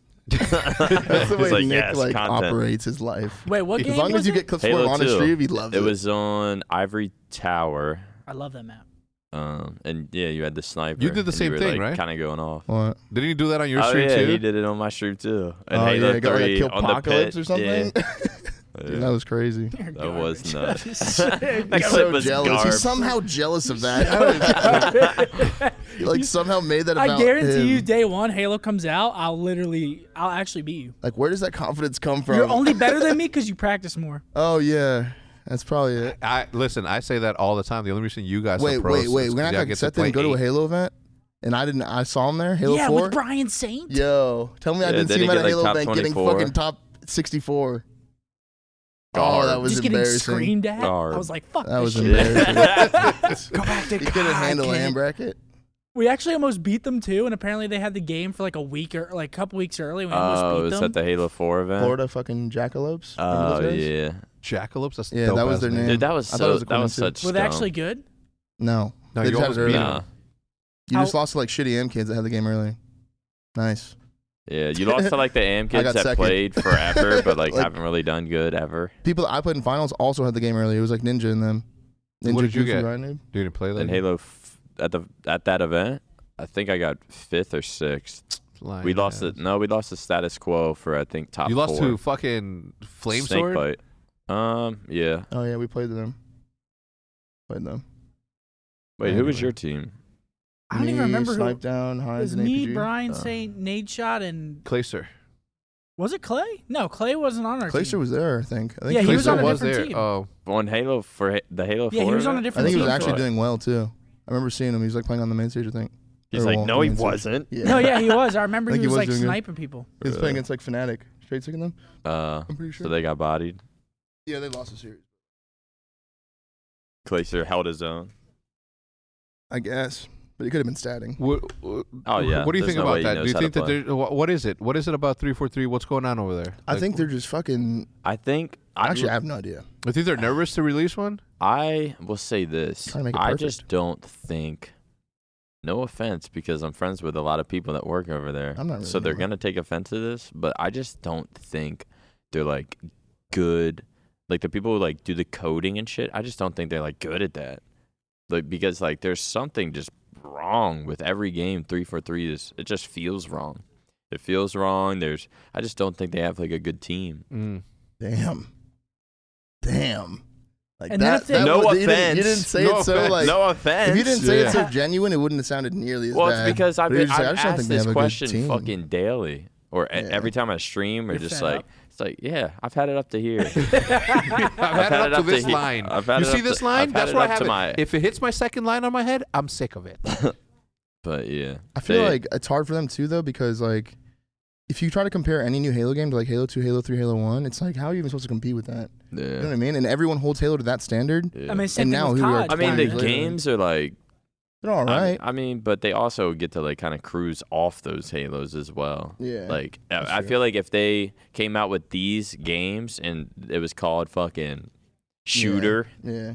S1: That's the
S4: It's
S1: way
S4: like,
S1: Nick
S4: yes,
S1: like
S4: content.
S1: operates his life.
S3: Wait, what game
S1: As long
S3: was
S1: as you
S3: it?
S1: get clips for it
S4: Halo
S1: on his
S4: 2.
S1: stream, he loves
S4: It was on Ivory Tower.
S3: I love that map.
S4: Um, and yeah, you had the sniper.
S2: You did the
S4: and
S2: same
S4: were,
S2: thing,
S4: like,
S2: right?
S4: Kind of going off.
S1: What?
S2: Didn't you do that on your
S4: oh
S2: stream
S4: yeah,
S2: too?
S4: he did it on my stream too. And
S1: oh
S4: Halo
S1: yeah, got like
S4: 3
S1: kill
S4: on the pit.
S1: apocalypse or something.
S4: Yeah.
S1: Dude, that was crazy.
S3: You're
S4: That was
S3: garbage.
S4: That
S1: He's
S4: clip
S1: so
S4: was
S1: jealous.
S4: garb.
S1: He's somehow jealous of that. I don't even- he, like somehow made that about
S3: I guarantee
S1: him.
S3: you, day one Halo comes out, I'll literally, I'll actually beat you.
S1: Like, where does that confidence come from?
S3: You're only better than me because you practice more.
S1: oh yeah, that's probably it.
S2: I listen. I say that all the time. The only reason you guys
S1: Wait,
S2: are pros
S1: wait, wait.
S2: is
S1: We're
S2: 'cause
S1: not
S2: y'all
S1: gonna
S2: get
S1: accept
S2: play
S1: them. Go to a
S2: eight.
S1: Halo event, and I didn't. I saw him there. Halo
S3: yeah,
S1: Four.
S3: with Brian Saint.
S1: Yo, tell me I
S4: Yeah,
S1: didn't
S4: did
S1: see
S4: he
S1: him at
S4: get,
S1: a
S4: like,
S1: Halo
S4: top
S1: event getting
S4: 24?
S1: fucking top 64.
S4: Garb.
S1: Oh, that was
S3: Just getting
S1: embarrassing.
S3: screamed at.
S4: Garb.
S3: I was like, fuck
S1: That
S3: this
S1: was
S3: shit.
S1: embarrassing.
S3: Go back to
S1: he couldn't
S3: God,
S1: handle a
S3: kid.
S1: hand bracket.
S3: We actually almost beat them too, and apparently they had the game for like a week or like a couple weeks early. We almost
S4: Oh,
S3: beat
S4: was
S3: them.
S4: that the Halo 4 event?
S1: Florida fucking jackalopes. Remember
S4: Oh
S1: those guys?
S4: yeah,
S2: Jackalopes. That's
S1: Yeah, that
S2: dope
S1: was
S2: ass
S1: their
S2: name.
S1: name.
S4: dude, that was
S1: I thought it
S4: so
S1: was a
S4: that was
S1: coincidence.
S4: such.
S3: Were they actually good?
S1: No.
S2: No,
S1: They
S2: you
S1: just had
S2: almost
S1: it
S2: beat
S1: early.
S2: them.
S4: Nah.
S1: You just
S3: How-
S1: lost to like shitty M kids that had the game early. Nice.
S4: Yeah, you lost to like the AM
S1: I
S4: kids
S1: got
S4: that
S1: second.
S4: played forever, but like,
S1: Like-
S4: haven't really done good ever.
S1: People that I put in finals also had the game early. It was like Ninja in them. Ninja
S2: What did you
S1: Goofy,
S2: get?
S1: Right, noob?
S2: You didn't play that.
S4: And Halo f- at the at that event, I think I got fifth or sixth.
S2: Lying
S4: We lost
S2: ass.
S4: it. No, we lost the status quo for I think top.
S2: You lost
S4: four.
S2: to fucking flame
S4: Snake
S2: sword.
S4: Bite. Um, yeah.
S1: Oh yeah, we played them. Played them.
S4: Wait, who was
S2: Anyway.
S4: your team?
S3: I don't
S1: me,
S3: even remember who.
S1: Snipe down
S3: It
S1: Heinz
S3: was
S1: and
S3: me,
S1: APG.
S3: Brian
S4: Oh.
S3: Saint, Nade Shot, and
S2: Claser.
S3: Was it Clay? No, Clay wasn't on our
S1: Glacier
S3: team.
S1: was there, I think. I think
S3: Yeah, he
S1: Glacier
S3: was on a
S2: was
S3: different
S2: there.
S3: team.
S2: Oh,
S4: On Halo for Ha- the Halo
S3: yeah,
S4: 4.
S3: he was on a
S4: event?
S1: I think
S3: different
S1: he
S3: team.
S1: was
S4: team.
S1: actually doing well too. I remember seeing him. He was like playing on the main stage, I think.
S4: He's
S1: Or,
S4: like,
S1: well,
S4: no, he
S1: main stage.
S4: wasn't.
S1: Yeah.
S3: No, yeah, he was. I remember
S1: I
S3: he
S1: think
S3: was,
S1: he was
S3: like
S1: doing good.
S3: sniping people.
S1: He was playing against like Fnatic. Straight taking them?
S4: Uh,
S1: I'm pretty sure.
S4: so they got bodied.
S1: yeah, they lost the series.
S4: Glacier held his own.
S1: I guess. But it could have been statting.
S2: What,
S4: Oh, yeah.
S2: What do you
S4: There's
S2: think
S4: no
S2: about
S4: way he
S2: that? Do
S4: knows
S2: you
S4: how to
S2: think that
S4: play.
S2: there, wh- what is it? What is it about three four three? What's going on over there?
S1: I
S2: Like,
S1: think they're just fucking.
S4: I think. I,
S1: Actually, I have no idea.
S2: I think they're nervous to release one.
S4: I will say this.
S1: Trying to make it
S4: I
S1: perfect.
S4: just don't think. No offense, because I'm friends with a lot of people that work over there.
S1: I'm not really
S4: so they're
S1: gonna-
S4: gonna take offense to this, but I just don't think they're like good. Like the people who like do the coding and shit, I just don't think they're like good at that. Like because like there's something just wrong with every game. Three for three is it just feels wrong. It feels wrong. There's I just don't think they have like a good team.
S1: Damn. Damn. Like
S3: And then
S1: that.
S3: if they-
S1: that
S4: No
S1: was- you didn't-
S4: offense.
S1: You didn't say
S2: No
S1: it so
S2: offense.
S1: like.
S4: no offense.
S1: If you didn't say it so
S2: Yeah.
S1: genuine, it wouldn't have sounded nearly as
S4: Well,
S1: bad.
S4: it's because I've,
S1: But you're
S4: been,
S1: just like,
S4: I've
S1: just don't
S4: asked
S1: think they
S4: this
S1: have a good
S4: question
S1: team.
S4: fucking daily, or e-
S1: Yeah.
S4: every time I stream, or
S3: You're
S4: just
S3: fed
S4: like
S3: up.
S4: it's like, yeah, I've had it up to here.
S2: I've had, it up to this
S4: he-
S2: line.
S4: I've had
S2: you
S4: it
S2: see
S4: up
S2: this
S4: to-
S2: line?
S4: I've had
S2: That's
S4: it
S2: what I
S4: up
S2: have.
S4: to
S2: it-
S4: my-
S2: If it hits my second line on my head, I'm sick of it.
S4: but yeah,
S1: I feel
S4: they-
S1: like it's hard for them too, though, because like if you try to compare any new Halo game to like Halo Two, Halo Three, Halo One, it's like how are you even supposed to compete with that? You know
S4: yeah,
S1: what I mean? And everyone holds Halo to that standard.
S4: yeah.
S3: I mean, same
S1: And
S3: thing
S1: now
S3: with
S1: who we are
S3: COD.
S4: I mean,
S1: fine,
S4: the
S1: literally.
S4: games are like,
S1: They're all
S4: I mean-
S1: right.
S4: I mean, but they also get to like kind of cruise off those Halos as well.
S1: yeah.
S4: Like,
S1: that's
S4: I, I
S1: true.
S4: feel like if they came out with these games and it was called fucking shooter.
S1: yeah,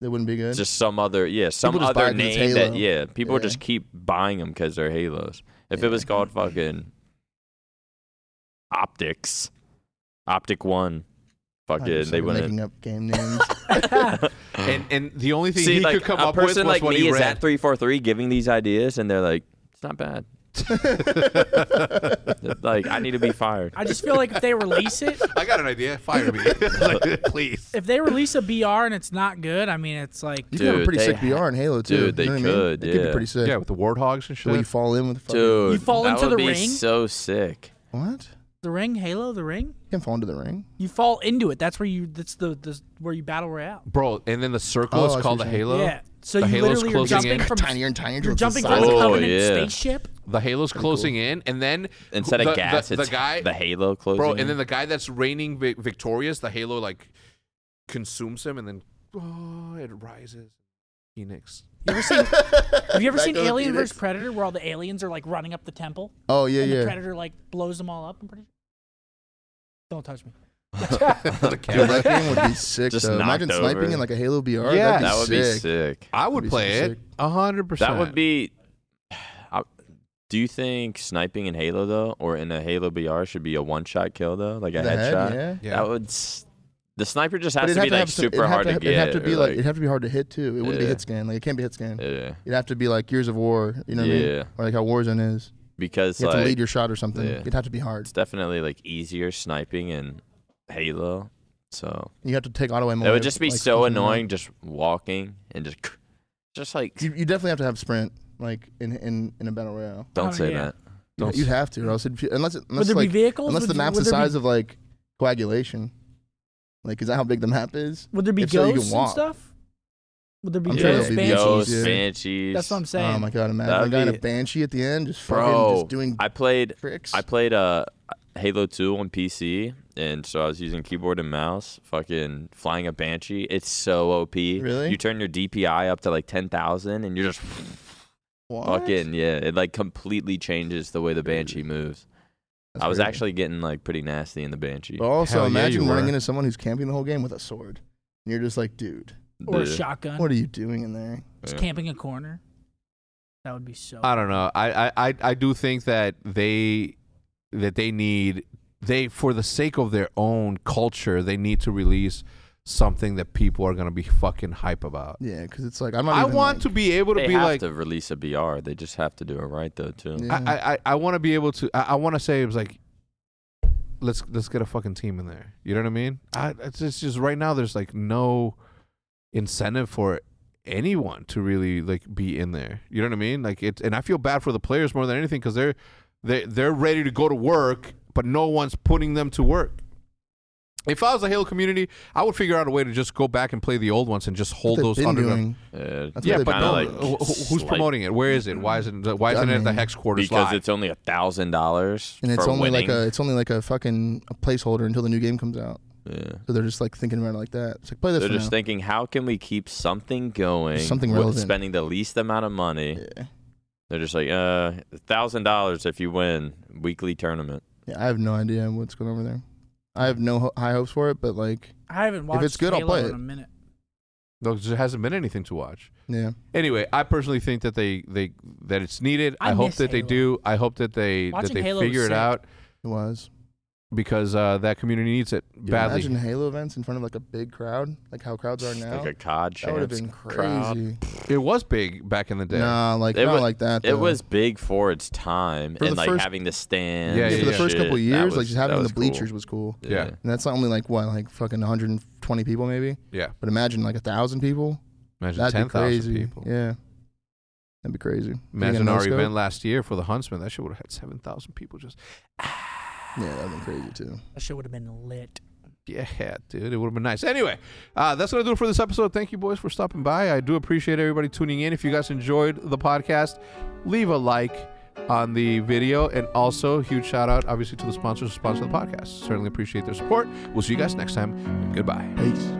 S1: they wouldn't be good.
S4: just some other yeah some
S1: just buy
S4: other
S1: 'em 'cause it's
S4: name that
S1: Halo.
S4: yeah people
S1: Yeah.
S4: just keep buying them because they're halos if
S1: Yeah.
S4: it was called fucking optics optic one
S1: I
S4: fucking
S1: just
S4: they
S1: started
S4: wouldn't
S1: making up game names.
S2: and and the only thing
S4: see
S2: he
S4: like
S2: could come
S4: a
S2: up with was
S4: person like
S2: what
S4: me
S2: he
S4: is
S2: read.
S4: at 343 giving these ideas and they're like it's not bad like i need to be fired
S3: I just feel like if they release it,
S2: I got an idea. Fire me, Like, please.
S3: if they release a BR and it's not good, I mean, it's like
S1: you can have a
S4: Dude,
S1: pretty
S4: they
S1: sick
S4: ha-
S1: BR in Halo too.
S4: Dude, they
S1: you know what
S4: could,
S1: I mean? It could be
S4: yeah.
S1: pretty sick.
S2: Yeah, with the warthogs and shit.
S1: Where you fall in with the fucking-
S4: dude
S3: You fall
S4: that
S3: into
S4: would
S3: the
S4: be
S3: ring?
S4: so sick
S1: What?
S3: the ring, Halo, the ring.
S1: You can fall into the ring.
S3: You fall into it. That's where you. That's the, the where you battle royale.
S2: Bro, and then the circle
S1: Oh, I
S2: is
S1: see
S2: called the
S1: what you're
S2: halo.
S3: Yeah. So
S2: The
S3: you
S2: Halo's
S3: literally are
S2: closing
S3: jumping
S2: in.
S3: from
S1: Tinier and tinier.
S3: you're
S1: to the
S3: jumping
S1: side.
S3: from the
S4: Oh,
S3: Covenant
S4: yeah.
S3: spaceship.
S2: The halo's closing in, and then
S4: instead
S2: the,
S4: of gas
S2: the,
S4: it's
S2: the guy,
S4: the halo closing
S2: bro, and then the guy that's reigning vi- victorious, the halo like consumes him, and then oh, it rises. Phoenix.
S3: You ever seen? have you ever
S1: Back
S3: seen
S1: on
S3: Alien
S1: Phoenix.
S3: vs Predator, where all the aliens are like running up the temple
S1: Oh yeah,
S3: and the
S1: yeah.
S3: Predator like blows them all up? I'm pretty sure. Don't touch me.
S2: The
S1: Dude,
S2: camera.
S1: that game would be sick.
S4: Just
S1: though.
S4: knocked
S1: Imagine sniping
S4: over.
S1: in like a Halo BR. That'd
S2: Yeah.
S1: be
S4: that would
S1: sick.
S4: be sick
S2: I
S1: That'd
S2: would
S1: be
S2: play
S1: super
S2: it a hundred percent.
S4: That would be. I, do you think sniping in Halo though, or in a Halo BR, should be a one-shot kill though, like a
S1: The head,
S4: headshot?
S1: yeah.
S2: Yeah.
S4: That would. s- The sniper just
S1: But it'd
S4: has to
S1: have
S4: be
S1: to
S4: like
S1: have some- it'd
S4: super
S1: have
S4: hard
S1: to,
S4: to,
S1: have-
S4: get.
S1: It'd have to
S4: or,
S1: be like,
S4: like-
S1: it'd have to be hard to hit too. It wouldn't be
S4: Yeah.
S1: hit scan. Like it can't be hit scan.
S4: yeah,
S1: It'd have to be like Gears of War. You know what I
S4: Yeah.
S1: mean? Or like how Warzone is.
S4: because
S1: You have to lead
S4: like
S1: your shot or something.
S4: Yeah.
S1: It'd have to be hard.
S4: it's definitely like easier sniping in Halo. So
S1: You have to take auto aim.
S4: it
S1: away,
S4: would just be
S1: like,
S4: so
S1: something like-
S4: annoying just walking and just, just like
S1: You, you definitely have to have sprint, like in in, in a battle royale.
S4: don't
S3: Oh,
S4: say
S3: yeah.
S4: that.
S1: You'd,
S2: Don't-
S1: you'd have to, or else it'd be, unless it,
S3: Would
S1: unless
S3: there
S1: like
S3: be vehicles?
S1: unless
S3: would
S1: the
S3: you-
S1: map's
S3: would
S1: the
S3: there be-
S1: size of like coagulation. Like, is that how big the map is?
S3: Would there be
S1: if so, you can
S3: ghosts and
S1: walk.
S3: stuff? Would there be
S1: I'm sure
S3: ghosts,
S1: there'll be
S3: banshees?
S1: ghosts,
S4: Yo,
S1: yeah.
S4: Banshees.
S3: That's what I'm saying.
S1: Oh my god! Imagine a
S4: That'd
S1: guy in
S4: be-
S1: a banshee at the end, just fucking
S4: Bro,
S1: just doing
S4: I played
S1: tricks.
S4: I played uh Halo 2 on PC and so I was using keyboard and mouse, fucking flying a banshee. It's so OP.
S1: Really?
S4: You turn your DPI up to like 10,000 and you're just
S1: What?
S4: fucking yeah, it like completely changes the way the banshee moves.
S1: That's
S4: I was
S1: crazy.
S4: actually getting like pretty nasty in the banshee.
S1: But also,
S2: Hell yeah,
S1: imagine
S2: you
S1: running
S2: were.
S1: into someone who's camping the whole game with a sword, and you're just like, dude,
S3: or a
S4: Dude.
S3: shotgun?
S1: what are you doing in there?
S3: just
S4: Yeah.
S3: camping a corner. That would be so.
S1: Uh,
S2: I don't know. I, I, I, I do think that they that they need they for the sake of their own culture, they need to release something that people are gonna be fucking hype about.
S1: Yeah, because it's like I'm not.
S2: I
S1: even,
S2: want
S1: like-
S2: to be able to
S4: They
S2: be
S4: have
S2: like
S4: to release a BR. They just have to do it right though too.
S1: Yeah.
S2: I, I, I, I wanna be able to I, I wanna say it was like let's let's get a fucking team in there. You know what I mean? I it's just, just right now there's like no incentive for anyone to really like be in there. You know what I mean? Like it, and I feel bad for the players more than anything because they're they they're ready to go to work but no one's putting them to work. If I was a Halo community, I would figure out a way to just go back and play the old ones and just hold
S1: They've
S2: those
S1: been
S2: underground.
S1: doing.
S4: Uh,
S1: That's
S2: Yeah,
S1: what
S2: but
S1: they've
S2: no,
S1: been
S4: kinda
S2: who-
S4: like
S2: who- who's
S4: slight-
S2: promoting it? Where is it? Why isn't why isn't it at the
S1: mean,
S2: hex quarters
S4: Because
S2: live?
S4: it's only a thousand dollars
S1: And it's
S4: for
S1: only
S4: winning.
S1: like a it's only like a fucking a placeholder until the new game comes out.
S4: yeah.
S1: So they're just like thinking around like that. It's like play this
S4: They're
S1: for
S4: just
S1: now.
S4: thinking, how can we keep something going?
S1: Something
S4: with
S1: relevant.
S4: Spending the least amount of money.
S1: yeah.
S4: They're just like, uh, thousand dollars if you win weekly tournament.
S1: yeah, I have no idea what's going over there. I have no ho- high hopes for it, but like,
S3: I haven't watched
S1: it's good, I'll
S3: Halo
S1: play it.
S3: in a minute.
S2: no, 'cause there hasn't been anything to watch.
S1: yeah,
S2: Anyway, I personally think that they, they that it's needed.
S3: I
S2: I, hope
S3: miss
S2: that they
S3: Halo.
S2: do. I hope that they
S3: Watching
S2: that they
S3: Halo
S2: figure
S3: was
S2: it
S3: sick.
S2: out
S1: it was.
S2: because uh, that community needs it
S1: Dude,
S2: badly.
S1: Imagine Halo events in front of like a big crowd, like how crowds are now.
S4: Like a COD
S1: that would have
S4: chance
S1: been
S4: crowd.
S1: crazy.
S2: It was big back in the day.
S1: Nah, like
S4: It
S1: not
S4: was-
S1: like that.
S4: It
S1: though.
S4: was big for its time,
S1: For
S4: and
S1: the
S4: like
S1: first-
S4: having the stand.
S2: Yeah,
S1: yeah,
S2: yeah,
S1: for the
S2: yeah.
S1: first couple of years, like just having the bleachers
S4: bleachers.
S1: was cool.
S2: Yeah.
S1: And that's not only like what, like fucking 120 people maybe,
S2: Yeah,
S1: but imagine like a thousand people.
S2: imagine
S1: That'd
S2: ten
S1: be crazy.
S2: thousand people.
S1: Yeah, that'd be crazy. You
S2: Imagine
S1: get a
S2: our
S1: no-scope?
S2: event last year for the Huntsman. That shit would have had seven thousand people. Just
S1: Yeah, that'd been crazy too.
S3: That shit would have been lit.
S2: yeah, dude, it would have been nice. Anyway, uh, that's gonna do it for this episode. Thank you, boys, for stopping by. I do appreciate everybody tuning in. If you guys enjoyed the podcast, leave a like on the video, and also huge shout out, obviously, to the sponsors who sponsor the podcast. Certainly appreciate their support. We'll see you guys next time. Goodbye.
S1: Peace.